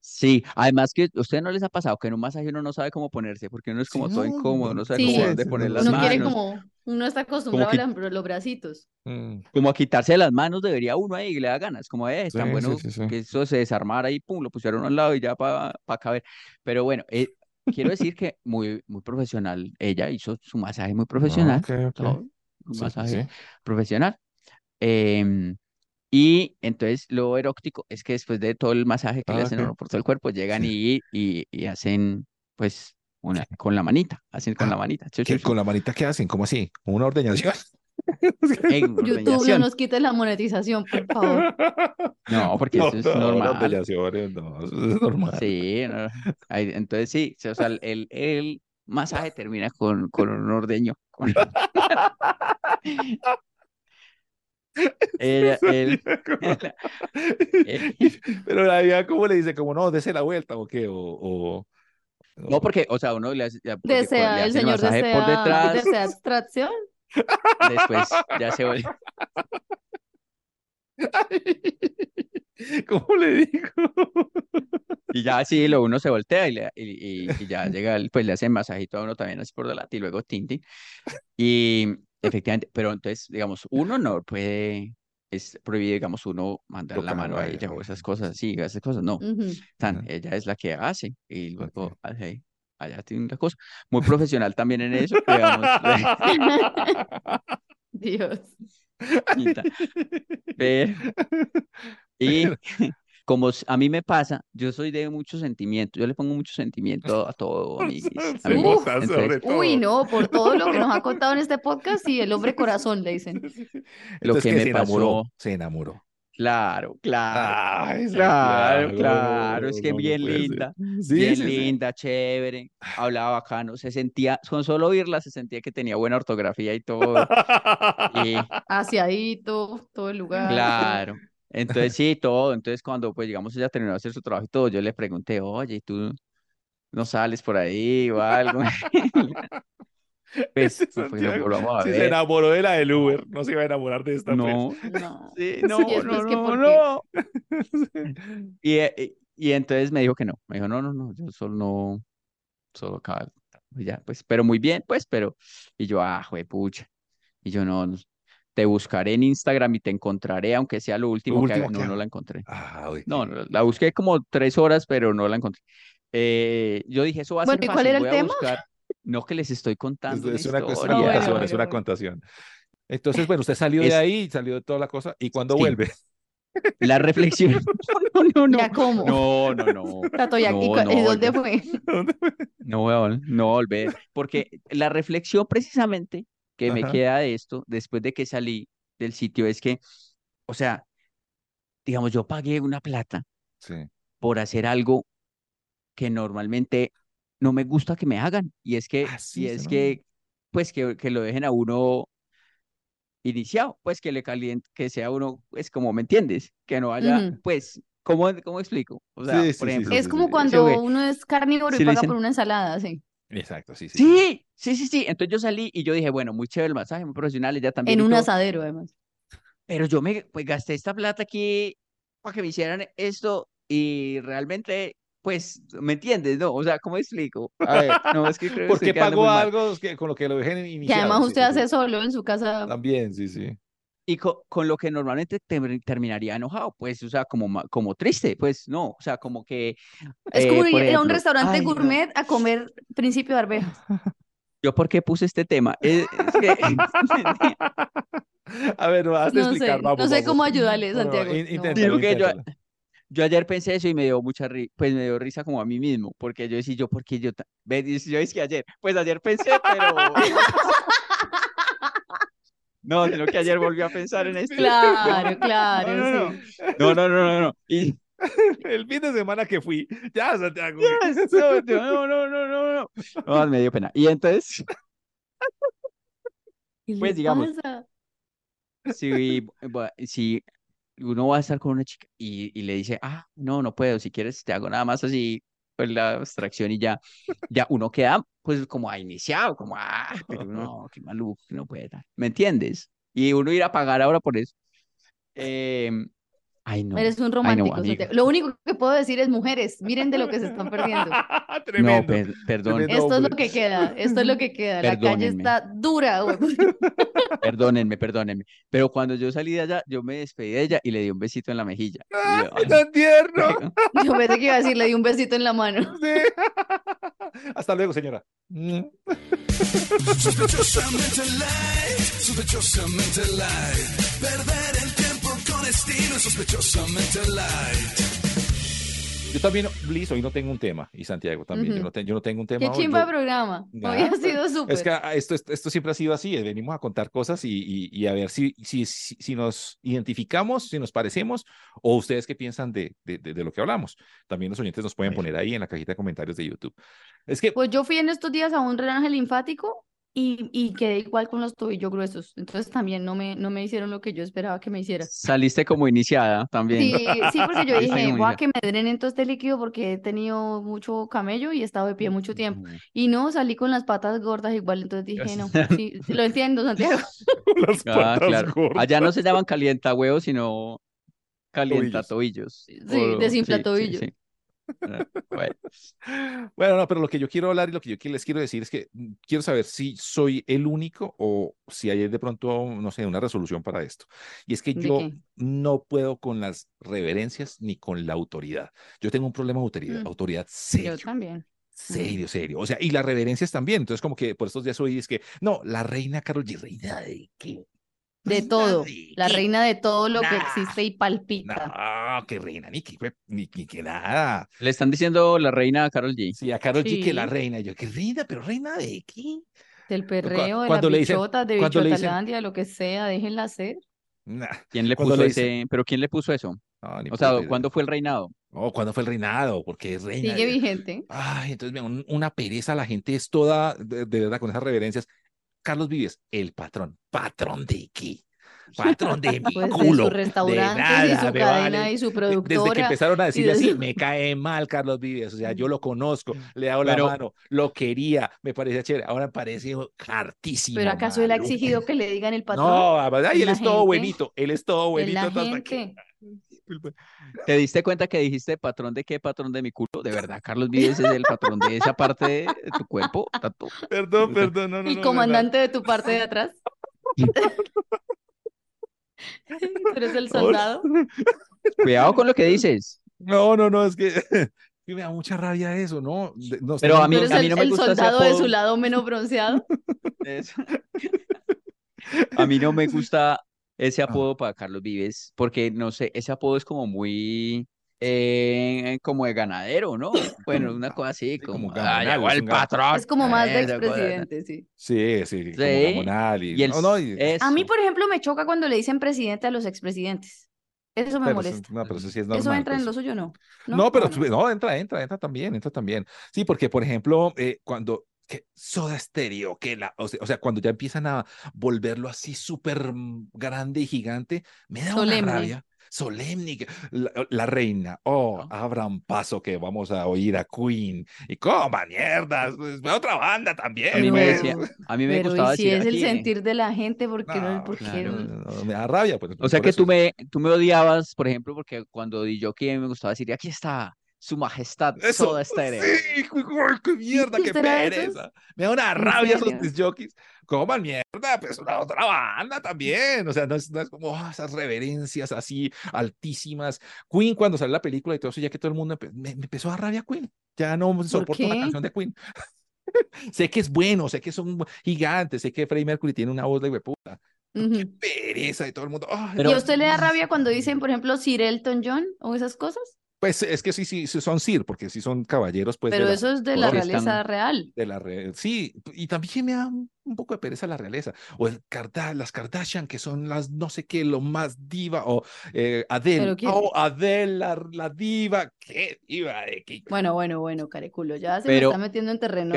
A: sí, además que a ustedes no les ha pasado que en un masaje uno no sabe cómo ponerse, porque uno es
B: Sí,
A: como todo
B: no,
A: incómodo,
B: no,
A: no sabe
B: no
A: cómo
C: Sí,
B: puede
A: dónde
B: ser, no,
A: poner
B: no
A: las
B: se
C: uno quiere
A: manos,
B: puede.
C: como, uno está
A: como
C: acostumbrado a
A: que
C: la- los bracitos.
B: Mm,
A: como a quitarse las manos debería uno ahí y le da ganas, como eh,
B: sí,
A: tan
B: sí,
A: bueno
B: sí, sí.
A: que eso se desarmara y pum, lo pusieron al lado y ya para caber. Pero bueno, eh, quiero decir que muy, muy profesional, ella hizo su masaje muy
B: Ah,
A: profesional,
B: ok, ok.
A: todo, un
B: Sí, sí,
A: masaje
B: sí.
A: profesional. em, y entonces lo erótico es que después de todo el masaje que le
B: Ah,
A: hacen a
B: ok.
A: uno por todo el cuerpo, llegan
B: Sí.
A: y, y, y hacen pues una, con la manita, hacen con
B: Ah,
A: la manita, chu, chu,
B: ¿qué,
A: chu.
B: ¿Con la manita qué hacen? ¿Cómo así? ¿Como una ordeñación?
A: En
C: YouTube, no
A: ordeñación.
C: nos quites la monetización, por favor.
A: No, porque
B: No,
A: eso es
B: no, las
A: normal.
B: dellaciones, no, eso es normal.
A: Sí, no, ahí- entonces sí, o sea, el, el- el masaje termina con, con un ordeño. con- Era Eh, el, el- eh,
B: Pero la vida, ¿cómo le dice? Como no, dese la vuelta o qué, o, o,
A: no,
B: o-
A: porque, o sea, uno le hace, ya, porque cua- le
C: Desea, el
A: hace el
C: señor
A: masaje por
C: desea,
A: detrás,
C: desea abstracción.
A: después ya se vuelve.
B: ¿Cómo le digo?
A: Y ya así lo uno se voltea y, le- y, y- y ya llega, el- pues le hacen masajito a uno también así por delante y luego tinti. Y efectivamente, pero entonces, digamos, uno no puede, es prohibido, digamos, uno mandar la
B: Tocar,
A: mano a
B: ay,
A: ella o
B: ay,
A: esas
B: sí,
C: Mm.
A: cosas, sí, esas cosas, no.
C: Ujú.
A: Tan,
B: ajá,
A: ella es la que hace y
B: ok.
A: luego hace. allá tiene la cosa. Muy profesional también en eso, digamos.
C: Dios.
A: y ta- Ve. Y como s- a mí me pasa, yo soy de mucho sentimiento, yo le pongo mucho sentimiento a todo, a mis
B: Se
A: amigos.
C: bota
B: botan
A: Entonces,
B: sobre todo.
C: Uy, no, por todo lo que nos ha contado en este podcast, sí, el hombre corazón, le dicen.
A: Lo
B: Entonces,
A: que
B: ¿qué?
A: me
B: se enamoró,
A: pasó-
B: se enamoró.
A: Claro, claro,
B: Ay, Santiago,
A: Ah, claro,
B: no,
A: claro, es que
B: no, no
A: bien
B: puede ser.
A: linda,
B: Sí,
A: bien
B: sí, sí.
A: linda, chévere, hablaba bacano, se sentía, con solo oírla se sentía que tenía buena ortografía y todo. Y
C: Aseadito, todo el lugar.
A: Claro. Entonces sí, todo. Entonces cuando pues digamos ella terminó de hacer su trabajo y todo, yo le pregunté, oye, ¿y tú no sales por ahí o algo? Pues
B: Este
A: no fue que nos
B: Santiago,
A: volvamos a
B: Si se
A: ver.
B: enamoró de la del Uber, no se iba a enamorar de esta. pues.
A: No,
C: No.
A: sí,
B: Y
A: no,
B: después
A: no,
C: que
A: no,
C: por qué.
A: no. Y, eh, y- y entonces me dijo que no. Me dijo, no, no, no, yo solo no, solo acá. y Ya, pues, pero muy bien, pues, pero. Y yo, ah, juepucha. Y yo, no, no, te buscaré en Instagram y te encontraré, aunque sea lo último que haga.
B: último que
A: No, no
B: haga.
A: la encontré.
B: Ah, uy,
A: No, no, la busqué como tres horas, pero no la encontré. Eh, yo dije, eso va a
C: Bueno,
A: ser
C: ¿y cuál
A: fácil,
C: era el
A: voy a
C: tema?
A: buscar. No que les estoy
B: Es,
A: contando
B: es
A: una
B: una, es
A: historia.
B: una
C: bueno,
B: contación, es
C: bueno,
B: una
C: bueno.
B: contación. Entonces, bueno, usted salió
A: Es-
B: de ahí, salió de toda la cosa, ¿y cuando
A: Sí.
B: vuelve?
A: La reflexión. No, no, no,
C: Ya, ¿cómo?
A: no, no, no.
C: Tato, ¿y aquí
A: No,
C: cu-
A: no,
C: ¿y dónde
A: yo-
C: fue?
A: No, weón, no voy a volver. Porque la reflexión precisamente que me
B: Ajá.
A: queda de esto, después de que salí del sitio, es que, o sea, digamos, yo pagué una plata
B: Sí.
A: por hacer algo que normalmente no me gusta que me hagan. Y es que,
B: Ah, sí,
A: y
B: se
A: es
B: lo-
A: que, pues que, que lo dejen a uno iniciado, pues que le caliente, que sea uno, pues como me entiendes, que no haya,
C: Ujú.
A: pues, ¿cómo, cómo explico? O sea,
B: Sí, sí,
A: por
B: sí,
A: ejemplo,
B: sí,
C: Es
B: sí,
C: como
B: sí.
C: cuando
A: güey.
C: uno es carnívoro
A: Sí,
C: y
A: le
C: paga
A: dicen-
C: por una ensalada, sí.
B: Exacto, sí, sí.
A: Sí, sí, sí, sí. Entonces yo salí y yo dije, bueno, muy chévere el masaje, muy profesional, ella también.
C: En
A: y
C: un
A: todo,
C: asadero, además.
A: pero yo me pues, gasté esta plata aquí para que me hicieran esto y realmente, pues, ¿me entiendes? No, o sea, ¿cómo explico? A ver, no, es que creo que estoy
B: Porque
A: quedando
B: pagó
A: muy mal.
B: algo que- con lo que lo dejen
C: Que
B: iniciado.
C: además
B: sí,
C: usted
B: sí,
C: hace
B: sí.
C: solo en su casa.
B: También, sí, sí.
A: Y co- con lo que normalmente tem- terminaría enojado, pues, o sea, como, ma- como triste, pues, no, o sea, como que,
C: Es
A: eh,
C: como ir
A: por
C: a un
A: ejemplo,
C: restaurante
A: "Ay, no,
C: gourmet a comer principio de arvejas.
A: ¿yo por qué puse este tema? Es, es que,
B: A ver, vas a
C: No sé,
B: explicar, vamos,
C: no sé
B: vamos.
C: cómo ayudarle,
B: Bueno,
C: Santiago.
B: in-
C: No.
B: intenta.
A: Digo que yo-
B: inténtalo.
A: yo ayer pensé eso y me dio mucha ri- pues me dio risa como a mí mismo, porque yo decía, yo, ¿por qué yo? ta- ve, dice, Yo es que ayer, pues ayer pensé, pero... No, sino que ayer volví a pensar en esto.
C: Claro, claro,
A: no, no,
C: sí.
A: No, no, no, no, no. Y,
B: El fin de semana que fui. Ya, Santiago.
A: No, no, no, no, no, no. No, me dio pena. Y entonces,
C: ¿Qué le
A: Pues, digamos,
C: pasa?
A: si, va- si eh, uno va a estar con una chica y, y le dice, ah, no, no puedo, si quieres te hago nada más así, pues la abstracción y ya, ya uno queda pues como ha iniciado, como, ah, pero no, qué maluco, no puede dar. ¿Me entiendes? Y uno ir a pagar ahora por eso. Em, ay, no.
C: Eres un
A: Ay, no,
C: romántico,
A: amigo.
C: Santiago. Lo único que puedo decir es, mujeres, miren de lo que se están
A: No,
C: perdiendo.
A: pues,
B: Tremendo.
A: per- perdón,
B: tremendo.
C: Esto es lo
B: hombre.
C: que queda, esto es lo que queda. La calle
A: Perdónenme.
C: está dura, güey.
A: perdónenme, perdónenme. Pero cuando yo salí de allá, yo me despedí de ella y le di un besito en la mejilla. Y yo,
B: ¡Ay,
A: ay,
B: tan tierno!
C: Yo pensé que iba a decirle di un besito en la mano.
B: Sí. Hasta luego, señora.
D: Sospechosamente light, sospechosamente light. Perder el tiempo con estilo, sospechosamente light.
B: Yo también, Liz, hoy no tengo un tema. Y Santiago también. yo,
C: Ujú.
B: no te- yo no tengo un tema.
C: Qué
B: hoy,
C: chimba
B: yo-
C: de programa.
B: Nah,
C: Hoy ha sido súper.
B: Es que ah, esto, esto, esto siempre ha sido así, eh, venimos a contar cosas y, y- y a ver si, si, si, si nos identificamos, si nos parecemos, o ustedes qué piensan de, de, de- de lo que hablamos. También los oyentes nos pueden poner ahí en la cajita de comentarios de YouTube. Es que,
C: Pues yo fui en estos días a un drenaje linfático y, y quedé igual con los tobillos gruesos. Entonces también no me, no me hicieron lo que yo esperaba que me hicieran.
A: Saliste como iniciada también.
C: Sí, sí, porque yo
A: Ahí está
C: dije,
A: como
C: voy a
A: dice.
C: que me drenen todo este líquido porque he tenido mucho camello y he estado de pie mucho tiempo.
A: Ujú.
C: Y no, salí con las patas gordas igual, entonces dije, no, sí, lo entiendo, Santiago.
B: las
A: Ah,
B: patas
A: claro.
B: gordas.
A: Allá no se llaman calienta huevos, sino calienta tobillos.
C: Sí, desinfla tobillo.
A: sí. Ah, Bueno,
B: Bueno, no, pero lo que yo quiero hablar y lo que yo qui- les quiero decir es que mm, quiero saber si soy el único o si hay de pronto, no sé, una resolución para esto. Y es que
C: ¿De
B: yo
C: qué?
B: no puedo con las reverencias ni con la autoridad. Yo tengo un problema de autoridad,
C: Mm.
B: autoridad
C: Yo
B: serio,
C: también.
B: Serio, serio. O sea, y las reverencias también. Entonces, como que por estos días hoy es que, no, la reina Carol G, reina de qué.
C: De
B: Reina
C: todo,
B: de
C: la
B: qué.
C: reina de todo lo que
B: Nah.
C: existe y palpita.
B: No, que reina, ni que, ni, ni que nada.
A: Le están diciendo la reina a Carol G.
B: Sí, a Carol G que la
C: Sí.
B: reina. Yo, que reina, pero reina de qué.
C: Del perreo, de las
B: cuando le dicen-
C: bichotas, de
B: cuando le dicen-
C: bichotalandia, de lo que sea, déjenla hacer.
B: Nah,
A: ¿Quién le
B: Cuando
A: puso
B: le
A: ese? ¿Pero quién le puso eso?
B: no, ni
A: O sea,
B: puta idea.
A: ¿cuándo fue el reinado?
B: No, ¿cuándo fue el reinado? Porque es reina.
C: Sigue
B: de-
C: vigente.
B: Ay, entonces, mira, un- una pereza, la gente es toda, de, de verdad, con esas reverencias. Carlos Vives, el patrón. ¿Patrón de qué? Patrón de mi
C: Pues de
B: culo.
C: sus
B: de
C: restaurantes y
B: nada,
C: su
B: me
C: cadena
B: vale.
C: y su
B: De- Desde que
C: productora.
B: empezaron a decirle
C: desde-
B: así, me cae mal Carlos Vives, o sea, yo lo conozco, le he dado
A: Pero-
B: la mano, lo quería, me parecía chévere, ahora me parece hartísimo.
C: Pero acaso él ha
B: maluco.
C: exigido que le digan el patrón.
B: No, además, ay, él
C: La
B: es todo
C: gente-
B: buenito, él es todo
C: Es
B: buenito.
C: la
B: todo- ¿para qué?
C: gente.
B: Disculpa.
A: ¿Te diste cuenta que dijiste patrón de qué? Patrón de mi culo. De verdad, Carlos Vives es el patrón de esa parte de tu cuerpo. Tato.
B: Perdón, perdón, no, no, no, de
C: El
B: verdad.
C: comandante de tu parte de atrás. Tú eres el
B: Hola.
C: soldado.
A: Cuidado con lo que dices.
B: No, no, no, es que, que me da mucha rabia eso, ¿no? De- nos
A: Pero
B: tenemos
A: a mí-
C: Tú
B: que-
C: eres
A: a mí
C: el,
A: no me
C: el
A: gusta ese
C: soldado de su
A: apodo.
C: lado menos bronceado.
A: Es- A mí no me gusta
B: Ah.
A: ese apodo para Carlos Vives, porque no sé, ese apodo es como muy eh, como de ganadero, ¿no? Bueno, una cosa así,
B: como
A: como, ah,
B: gamonal,
A: llegó
B: es
A: el
B: un ga-
A: patrón.
C: Es como más de
A: Esa cosa,
C: expresidente, sí.
B: Sí, sí, como
A: Sí,
B: Gamonal y-
A: Y el
B: no, no, y-
C: A mí,
A: eso.
C: por ejemplo, me choca cuando le dicen presidente a los expresidentes. Eso me
B: pero eso-
C: molesta.
B: no, pero eso sí es
C: ¿Eso
B: normal,
C: entra en
B: pues.
C: lo suyo o no?
B: No, pero tú- no, entra, entra, entra también, entra también. Sí, porque por ejemplo, eh, cuando que Soda Stereo, que la, o sea, o sea, cuando ya empiezan a volverlo así súper mm, grande y gigante, me da
C: Solemne.
B: una rabia. Solemne, que- la, la reina, oh,
A: Ajá.
B: abran paso que vamos a oír a Queen y coma mierdas, pues, ve otra banda también.
A: A mí me
B: pues.
A: decía, a mí me
C: Pero
A: gustaba
C: y si
A: decir
C: es el
A: aquí, eh,
C: sentir de la gente, ¿por qué no?
B: No,
C: ¿Por qué
A: claro.
C: no?
B: no, no, me da rabia. Pues,
A: O sea
B: por
A: que
B: eso.
A: tú me, tú me odiabas, por ejemplo, porque cuando di yo que me gustaba decir, aquí está su majestad
B: Eso,
A: Soda Stereo.
B: Sí, cu- cu- qué mierda,
C: ¿Sí
B: qué
C: será eso?
B: pereza. Me da una
C: ¿En
B: rabia esos
C: serio?
B: disjockeys. Coman mierda, pues una otra banda también. O sea, no es, no es como ah, esas reverencias así altísimas. Queen, cuando salió la película y todo eso, ya que todo el mundo empe- me, me empezó a dar rabia Queen. Ya no soporto una
C: qué?
B: canción de Queen. sé que es bueno, sé que son gigantes, sé que Freddie Mercury tiene una voz de hueputa.
C: Ujú.
B: Pereza de todo el mundo. ah,
C: ¿Y
A: Pero-
C: a usted le da rabia cuando dicen, por ejemplo, Sir Elton John o esas cosas?
B: Pues es que sí, sí, sí son Sir, porque sí son caballeros, pues. de
C: Pero
B: la-
C: eso es de la
A: colores.
C: realeza
A: Están-
C: real.
B: de la re- Sí, y también me da un un poco de pereza la realeza. O el Karda- las Kardashian, que son las no sé qué, lo más diva. O eh, Adele.
C: Pero ¿quién-
B: Oh, Adele, la, la diva. ¿Qué diva de qué?
C: Bueno, bueno, bueno, careculo, ya se me
A: Pero-
C: está metiendo en terrenos.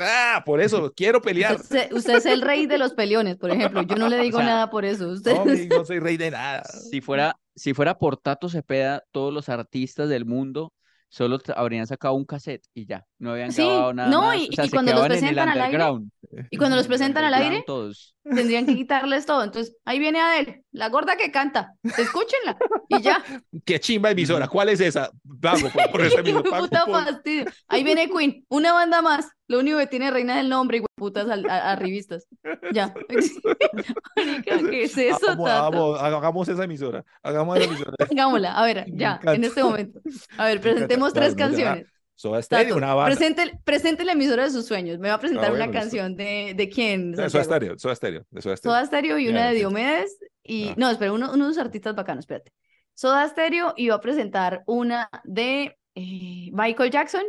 B: Ah, por eso quiero pelear.
C: Usted, se- usted es el rey de los peleones, por ejemplo. Yo no le digo
A: sea,
C: nada por eso. Usted,
B: No, mi- no soy rey de nada.
A: Si fuera, si fuera por Tato Cepeda, todos los artistas del mundo solo t- habrían sacado un cassette y ya, no habían
C: Sí,
A: grabado nada
C: no,
A: más.
C: y-
A: o sea,
C: y
A: se
C: cuando los
A: quedaban en el
C: presentan al aire,
A: underground.
C: y cuando los
A: en el
C: presentan al aire,
A: underground todos.
C: tendrían que quitarles todo. Entonces, ahí viene Adel, la gorda que canta. Escúchenla. Y ya.
B: Qué chimba emisora. ¿Cuál es esa? Pago por, por esa emisora. pago
C: Puta
B: por-
C: fastidio. Ahí viene Queen, una banda más. Lo único que tiene Reina del Nombre y putas al- a, a revistas. Ya. Marica, ¿qué es eso,
B: Hagamos,
C: Tato?
B: hagamos- hagamos esa emisora. Hagamos esa emisora.
C: Pongámosla, a ver,
B: Me
C: ya, en
B: encanta.
C: este momento. A
B: Me
C: ver,
B: encanta.
C: presentemos
B: Dale,
C: tres
B: no, ya.
C: canciones.
B: Soda Stereo,
C: Tato,
B: una banda. Ah,
C: Presente, presente la emisora de sus sueños. Me va a presentar una
B: bueno, listo.
C: canción de, de quién,
B: Eh, Soda
C: Santiago?
B: Stereo, Soda Stereo, de Soda Stereo.
C: Soda Stereo y
B: Ya,
C: una de
B: perfecto.
C: Diomedes. Y
B: Ah.
C: no, espera, uno, unos artistas bacanos, espérate. Soda Stereo y va a presentar una de eh, Michael Jackson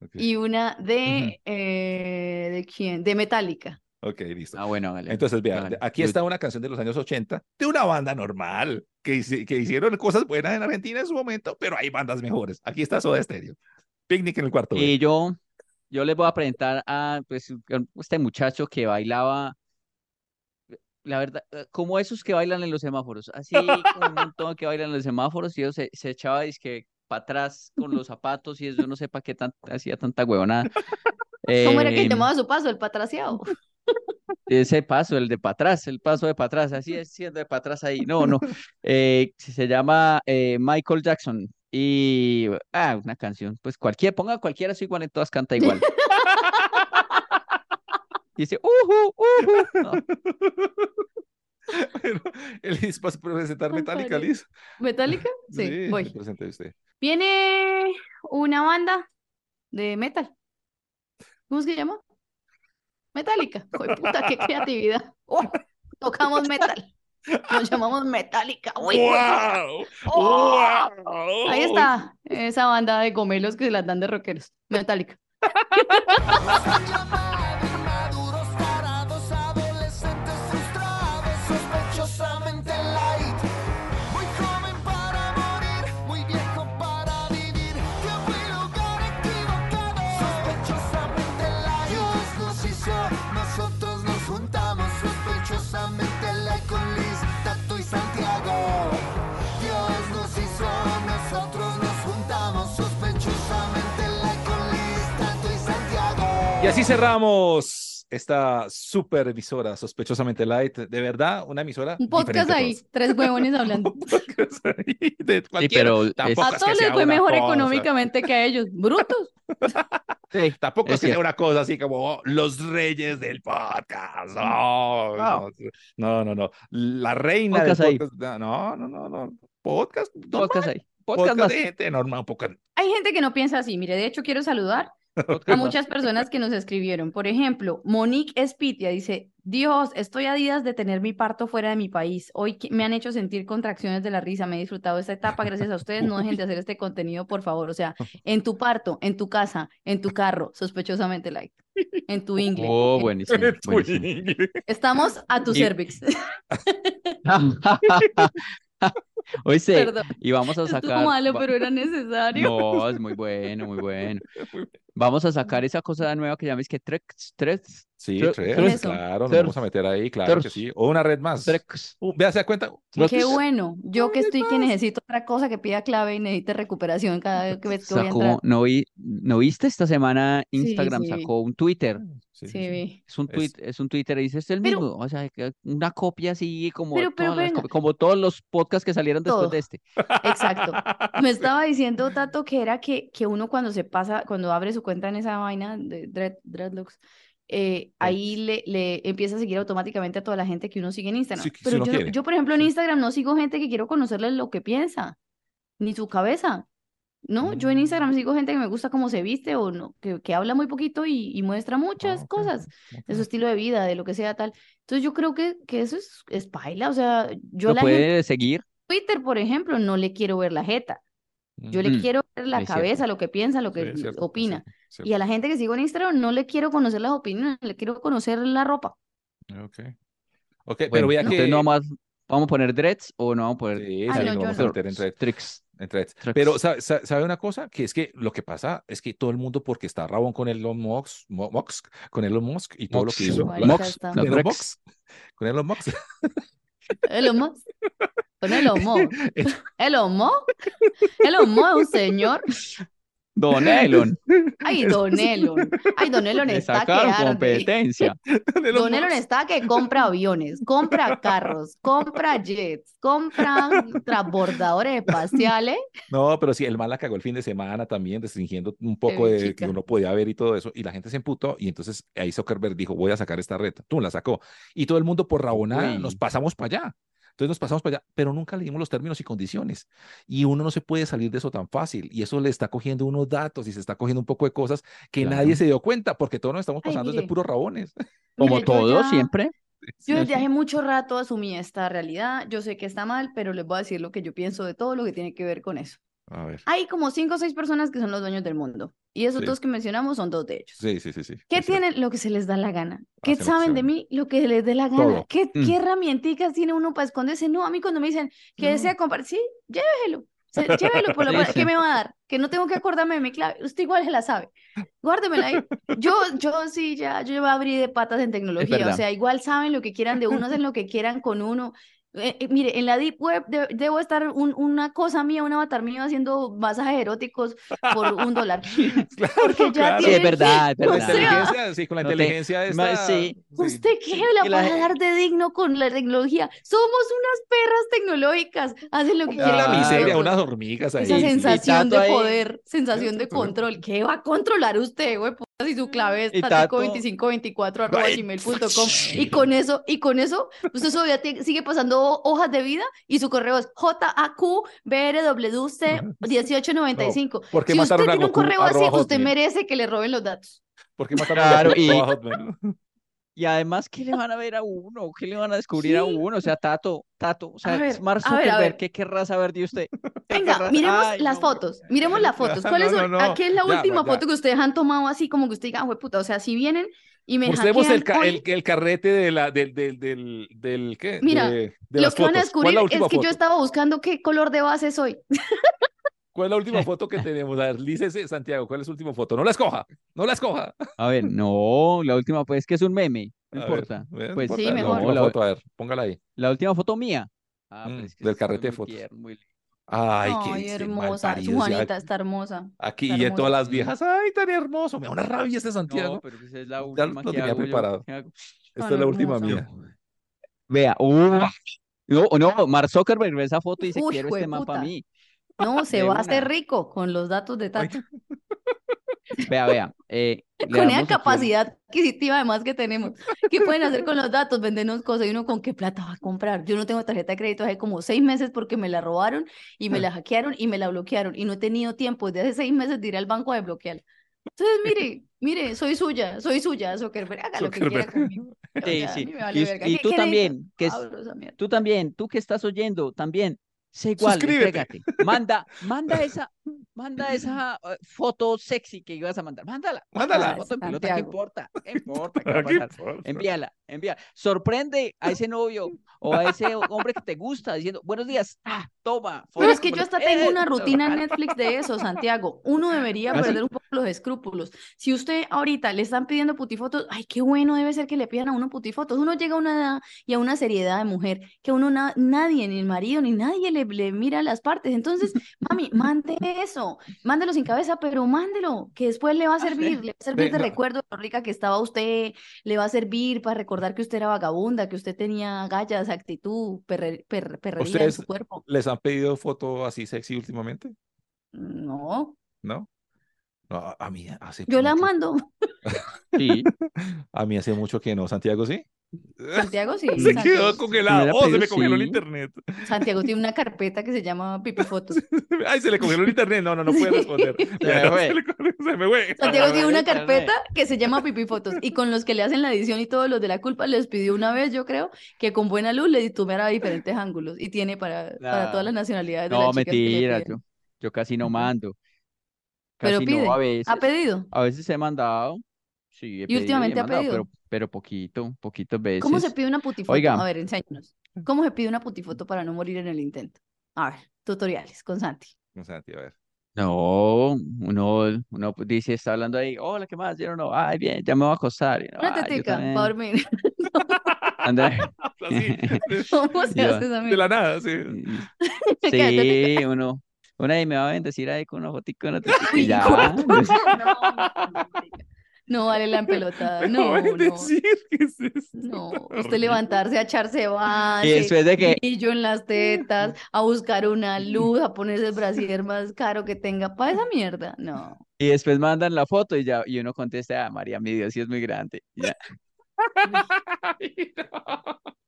B: Ok,
C: y una de eh, ¿de quién? De Metallica.
B: ok, listo.
A: Ah, bueno, hágale.
B: Entonces, vea,
A: Hágale.
B: aquí
A: Yo-
B: está una canción de los años 80 de una banda normal que, hici- que hicieron cosas buenas en Argentina en su momento, pero hay bandas mejores. Aquí está Soda Stereo. Picnic en el cuarto. B.
A: Y yo, yo les voy a presentar a pues, a este muchacho que bailaba, la verdad, eh, como esos que bailan en los semáforos, así como un montón que bailan en los semáforos y ellos se, se echaba dizque para atrás con los zapatos y eso, yo no sé para qué tan- hacía tanta huevonada.
C: ¿Cómo era que
B: Eh,
A: Em,
C: llamaba su paso? El patraciado.
A: ese paso, el de para atrás, el paso de para atrás, así es, siendo de para atrás ahí. No, no. Eh, se se llama eh, Michael Jackson. Y, ah, una canción. Pues cualquiera, ponga cualquiera, es igual, en todas canta igual. Y dice, uhu, uhu. No,
B: Bueno, Elis, ¿vas a presentar
C: Ay,
B: Metallica,
C: padre.
B: Liz?
C: ¿Metallica? Sí, voy.
B: presente usted.
C: Viene una banda de metal. ¿Cómo es que se llama? Metallica. Joder, puta, qué creatividad. ¡Oh! Tocamos metal. Nos llamamos Metallica. ¡Uy, jueputa!
B: ¡Wow!
C: ¡Oh!
B: ¡Wow!
C: Ahí está, esa banda de gomelos que se las dan de rockeros. Metallica.
D: Nos han llamado inmaduros, tarados, adolescentes frustrados, sospechosamente light. Muy joven para morir, muy viejo para vivir. Tiempo y lugar equivocado, sospechosamente light. Dios nos hizo, nosotros nos juntamos, sospechosamente light con Liz, Tato y Santiago. Dios nos hizo, nosotros nos juntamos, sospechosamente light con Liz, Tato y Santiago.
B: Y así cerramos esta super emisora, sospechosamente light. De verdad, una emisora.
C: Un podcast
B: diferente a
C: ahí,
B: todos.
C: tres huevones hablando.
B: Un podcast ahí de
A: Sí,
B: cualquiera.
A: pero es-
C: A
B: Tampoco es que
C: todos les
B: sea
C: fue
B: una
C: mejor
B: cosa.
C: económicamente que a ellos. Brutos.
A: sí,
B: Tampoco
A: Es
B: es que sea
A: cierto.
B: una cosa así como oh, los reyes del podcast. No, no,
A: No.
B: no, no. no. La reina
A: Podcast
B: del
A: ahí.
B: podcast. No, no, no, no. Podcast, normal,
A: podcast ahí.
B: podcast,
A: Podcast más.
B: de gente normal, un poco.
C: Hay gente que no piensa así. Mire, de hecho, quiero saludar a
A: podcast más.
C: muchas personas que nos escribieron. Por ejemplo, Monique Espitia dice: Dios, estoy a días de tener mi parto fuera de mi país. Hoy que- me han hecho sentir contracciones de la risa. Me he disfrutado de esta etapa. Gracias a ustedes. No dejen de hacer este contenido, por favor. O sea, en tu parto, en tu casa, en tu carro, sospechosamente like. En tu inglés.
A: Oh, buenísimo. buenísimo.
C: Estamos a tu
A: Y-
C: cervix.
A: Oíste,
C: Perdón.
A: y vamos a
C: Estuvo
A: sacar.
C: malo,
A: va-
C: pero era necesario.
A: No, es muy bueno, muy bueno. Vamos a sacar esa cosa nueva que llames que Trex, Trex,
B: Sí,
A: Tre-
B: tres,
A: tres.
B: claro, nos
A: Tres.
B: vamos a meter ahí, claro que
A: Tres.
B: sí. O una red más.
A: Trex.
B: Uh, vea, se da cuenta.
C: Qué bueno. Yo que estoy que necesito otra cosa que pida clave y necesite recuperación cada vez que, voy a entrar.
A: Sacó, ¿no, vi, ¿no viste esta semana
C: Sí,
A: Instagram
C: sí vi.
A: sacó un Twitter?
B: Sí, sí,
C: Sí,
B: sí.
C: vi.
A: Es un
B: Es-
A: tweet, es un Twitter y dice, es el
C: Pero-
A: mismo, o sea, que una copia así como
C: Pero- pero
A: todas las
C: venga.
A: copi- como todos los podcasts que salieron después
C: Todo.
A: de este.
C: Exacto. Me estaba diciendo Tato que era que, que uno cuando se pasa, cuando abre su cuenta en esa vaina de Dread, Dreadlocks, eh, ahí le, le empieza a seguir automáticamente a toda la gente que uno sigue en Instagram.
B: Sí, que si
C: Pero
B: uno
C: yo, no-
B: quiere.
C: yo, por ejemplo, en Instagram no sigo gente que quiero conocerle lo que piensa, ni su cabeza. No, yo en
B: Mm.
C: Instagram sigo gente que me gusta cómo se viste o no, que, que habla muy poquito y, y muestra muchas
B: Ah, ok,
C: cosas
B: ok.
C: de su estilo de vida, de lo que sea tal. Entonces yo creo que, que eso es, es paila. O sea, yo
A: Lo
C: la gente
A: puede seguir.
C: en Twitter, por ejemplo, no le quiero ver la jeta. Yo le
A: Mm,
C: quiero ver la
A: es cierto.
C: cabeza, lo que piensa, lo
B: Sí,
C: que
B: es cierto, es
C: opina.
B: cierto, es
C: Y a la gente que sigo en Instagram no le quiero conocer las opiniones, le quiero conocer la ropa.
B: Ok. Ok, pero
A: Bueno,
B: vea
A: entonces
B: que.
A: no vamos a, vamos a poner dreads o no vamos a poner
B: Sí,
C: Ah,
B: sí,
C: no,
B: nos
C: yo
B: vamos a
C: no.
B: meter en red.
A: Tricks.
B: en threads.
A: Tracks.
B: Pero ¿sabe, sa- sabe una cosa? Que es que lo que pasa es que todo el mundo, porque está rabón con Elon Musk, Mo- Musk, con Elon Musk y todo lo que
A: Mox,
B: hizo.
C: Marica,
B: la-
A: Mox,
C: está.
B: con
A: no,
B: Elon
A: Drex.
B: Musk, con Elon Musk.
C: El homo. Con el homo. El homo. El homo es un señor.
A: Don Elon,
C: Ay, Don Elon. Ay, Don Elon
A: le
C: está que
A: sacaron
C: arde.
A: competencia.
B: Con Elon
C: Don Elon
B: Musk.
C: está que compra aviones, compra carros, compra jets, compra transbordadores espaciales.
B: No, pero sí, el mal la cagó el fin de semana también, restringiendo un poco
C: vi,
B: de que
C: chica.
B: uno podía ver y todo eso, y la gente se emputó, y entonces ahí Zuckerberg dijo, voy a sacar esta red, tú la sacó, y todo el mundo por rabonada nos
A: Uy.
B: pasamos para allá, entonces nos pasamos para allá, pero nunca leímos los términos y condiciones, y uno no se puede salir de eso tan fácil, y eso le está cogiendo unos datos y se está cogiendo un poco de cosas que nadie
A: Claro.
B: se dio cuenta, porque todos nos estamos
C: Ay,
B: pasando de
C: mire.
B: puros rabones.
A: Como
C: Mire, yo
A: todo,
C: ya-
A: siempre.
C: Yo
A: Sí,
C: desde
A: sí.
C: hace mucho rato asumí esta realidad. Yo sé que está mal, pero les voy a decir lo que yo pienso de todo lo que tiene que ver con eso.
B: A ver.
C: Hay como cinco o seis personas que son los dueños del mundo. Y esos
B: Sí.
C: dos que mencionamos son dos de ellos.
B: Sí, sí, sí, sí.
C: ¿Qué
B: es cierto.
C: tienen? Lo que se les da la gana. ¿Qué
B: Hacen lo que
C: saben
B: se
C: de
B: ven.
C: mí? Lo que les dé la gana.
B: Todo.
C: ¿Qué,
A: Mm.
C: qué herramientas tiene uno para esconderse? No, a mí cuando me dicen que
B: No.
C: desea comprar, sí, llévelo. Se- llévelo, por lo
A: Sí,
C: menos.
A: sí.
C: ¿Qué me va a dar? Que no tengo que acordarme de mi clave. Usted igual se la sabe. Guárdemela ahí. Yo, yo sí, ya, yo ya abrí de patas en tecnología. O
A: verdad.
C: sea, igual saben lo que quieran de uno, hacen lo que quieran con uno. Eh, eh, mire, en la Deep Web de- debo estar un- una cosa mía, un avatar mío haciendo masajes eróticos por un dólar.
B: Claro,
C: Porque ya
B: claro.
A: Sí, es
C: tienen-
A: verdad, es
B: Con la
C: o sea,
A: verdad.
B: inteligencia, sí, con la
A: no te-
B: inteligencia
A: ma-
B: esta,
A: sí.
B: sí.
C: ¿Usted qué la
A: que la
C: va a
A: gen-
C: dar de digno con la tecnología? Somos unas perras tecnológicas. Hacen lo que
B: Una
C: quieren. con
B: miseria,
C: nosotros.
B: unas hormigas ahí.
C: Esa
A: sí,
C: sensación
A: Tato
C: de
A: ahí-
C: poder, sensación de control. ¿Qué va a controlar usted, güey? puta, Si su clave es
A: Y Tato-
C: tatico2524 arroba
B: Ay.
C: gmail.com. Y con eso, y con eso, usted todavía tie- sigue pasando ho- hojas de vida y su correo es jaqbrwc1895.
B: porque
C: Si usted
B: mataron a
C: tiene un
B: Goku,
C: correo así,
B: arroba
C: usted
B: hotmail.
C: merece que le roben los datos.
B: Porque más
A: Claro, y-
B: Hotmail.
A: Y además, ¿qué le van a ver a uno? ¿Qué le van a descubrir a
C: Sí.
A: uno? O sea, Tato, Tato, o sea,
C: A ver,
A: Mark
C: a ver, a
A: Zuckerberg,
C: ver.
A: ¿qué querrá saber de usted? ¿Qué
C: Venga,
A: querrá-
C: miremos
A: Ay,
C: las
A: no, güey.
C: fotos. Miremos las fotos.
B: No,
C: ¿Cuáles
B: no,
C: son?
B: no.
C: ¿A qué es la
B: Ya, pues,
C: última
B: ya.
C: foto que ustedes han tomado así como que usted diga, "Ah, puta, o sea, si vienen y me
B: Mostremos el,
C: hackean
B: ca-
C: hoy,
B: el, el carrete de la, del, del, del, del- ¿qué?
C: Mira,
B: de, de
C: lo
B: las
C: que van a
B: fotos. ¿Cuál es
C: descubrir
B: la
C: es que
B: última
C: yo
B: foto?
C: estaba buscando qué color de base soy.
B: ¿Cuál es la última foto que tenemos? A ver, lícese, Santiago, ¿cuál es su última foto? No la escoja, no la escoja.
A: A ver, no, la última, pues es que es un meme, no
B: A ver,
A: importa.
B: bueno,
A: Pues,
C: Sí,
B: la
C: mejor.
B: última
A: la-
B: foto, a ver, póngala ahí.
A: La última foto mía. Ah,
B: Mm,
A: pero es que eso
B: del
A: está
B: carrete de
A: muy
B: fotos.
A: tierno, muy lindo.
B: Ay, qué
C: Ay,
B: dice,
C: hermosa. Su
B: malparidos, ya
C: Juanita está hermosa.
B: Aquí
C: está
B: y de todas
C: hermosa.
B: las viejas. Ay, tan hermoso. Me da una rabia este Santiago.
A: No, pero esa es la
B: Ya
A: última
B: lo
A: que
B: tenía
A: hago yo,
B: preparado.
A: que hago.
B: Esta
C: tan
B: es la última
C: hermoso.
B: mía.
A: Vea, uh, no, no, Mark Zuckerberg ve esa foto y dice,
C: Uy,
A: quiero este man para
C: jueputa.
A: mí.
C: No, se
A: De
C: va a hacer
A: una.
C: rico con los datos de Tato,
A: Vea, vea, eh, le
C: con esa
A: damos aquí un-
C: capacidad adquisitiva además que tenemos. ¿Qué pueden hacer con los datos? Vendernos cosas y uno con qué plata va a comprar. Yo no tengo tarjeta de crédito hace como seis meses porque me la robaron y
A: Ah.
C: me la hackearon y me la bloquearon y no he tenido tiempo desde hace seis meses de ir al banco a desbloquearla. Entonces, mire, mire, soy suya, soy suya, Zuckerberg, haga lo que quiera
B: Zuckerberg.
C: conmigo. Yo
A: Sí,
C: ya, a
A: sí,
C: mí me vale
A: y, us-
C: verga.
A: y
C: ¿Qué-
A: tú
C: qué le
A: también, que es,
C: abro esa mierda?
A: tú también, tú que estás oyendo, también, sé igual,
B: Suscríbete.
A: entrégate, manda, manda esa, manda esa eh, foto sexy que ibas a mandar, mándala,
B: Mándala.
A: la foto en pelota, ¿qué
C: Santiago.
A: importa? ¿Qué importa? ¿Qué va a
B: Aquí,
A: pasar?
B: por favor.
A: Envíala, envíala. Sorprende a ese novio o a ese hombre que te gusta diciendo, buenos días, ah, toma.
C: Pero
A: foto,
C: es que yo
A: buenos-
C: hasta tengo
A: ¡Eh!
C: una rutina en Netflix de eso, Santiago. Uno debería
B: ¿Ah, sí?
C: perder un poco los escrúpulos. Si usted ahorita le están pidiendo putifotos, ay, qué bueno debe ser que le pidan a uno putifotos. Uno llega a una edad y a una seriedad de mujer que uno na- nadie, ni el marido, ni nadie le, le mira las partes. Entonces, mami, mande eso, mándelo sin cabeza, pero mándelo, que después le va
B: Ah,
C: a servir, le va a servir de
B: Venga.
C: recuerdo lo rica que estaba usted, le va a servir para recordar que usted era vagabunda, que usted tenía gallas, actitud, perre- per- perrería en
B: Ustedes-
C: su cuerpo.
B: ¿Les han pedido foto así sexy últimamente?
C: No,
B: ¿No? No, a- a mí hace
C: yo la
B: mucho-
C: mando.
A: Sí,
B: A mí hace mucho que no. Santiago, ¿sí?
C: Santiago sí.
B: Se
C: Santiago,
B: quedó
C: sí.
B: congelado.
A: Mira,
B: Oh, se
A: pero
B: me congeló el
A: sí.
B: internet.
C: Santiago tiene una carpeta que se llama Pipifotos.
B: Ay, se le congeló el internet. No, no, no puede
C: Sí.
B: responder.
A: me
B: Ya,
A: fue.
B: Se, le congeló- se me fue.
C: Santiago tiene una
A: Internet.
C: carpeta que se llama Pipifotos y con los que le hacen la edición y todos los de la culpa les pidió una vez, yo creo, que con buena luz le tuviera diferentes ángulos y tiene para, para todas las nacionalidades de
A: no,
C: las chicas que le
A: mentira,
C: piden.
A: yo, yo casi no mando.
C: Pero
A: Casi
C: pide,
A: no, a veces.
C: ¿Ha pedido?
A: A veces he mandado. Sí, he pedido y he
C: últimamente ha
A: mandado, pero,
C: pedido?
A: pero poquito, poquitas veces.
C: ¿Cómo se pide una putifoto?
A: Oiga.
C: A ver, enséñanos. ¿Cómo se pide una putifoto para no morir en el intento? A ver, tutoriales con Santi.
B: No, Santi, a ver.
A: No, uno, uno dice, está hablando ahí, hola, ¿qué más? Yo no, ay, bien, ya me voy a acostar. Y uno, "Ay,
C: Una
A: yo
C: tetica
A: también".
C: para dormir.
A: Anda,
B: Así, de,
C: ¿Cómo se
A: Yo-
C: hace esa
B: de
C: mierda?
B: la nada, sí.
C: Se queda
A: mm, sí, uno, uno ahí me va a bendecir ahí con una fotico, una tetica, y
C: Uy,
A: ya. pues,
C: hijo de puta, no, no, marica. No vale la empelotada.
B: Me
C: No,
B: van a
C: no,
B: decir que es esto.
C: no. Usted
B: Horrible.
C: levantarse a echarse
A: Y
C: base,
A: después de que,
C: brillo en las tetas, a buscar una luz, a ponerse el brasier más caro que tenga. Para esa mierda. No.
A: y después mandan la foto y ya, y uno contesta, ah, María, mi Dios, sí es muy grande. y ya.
B: Ay, no.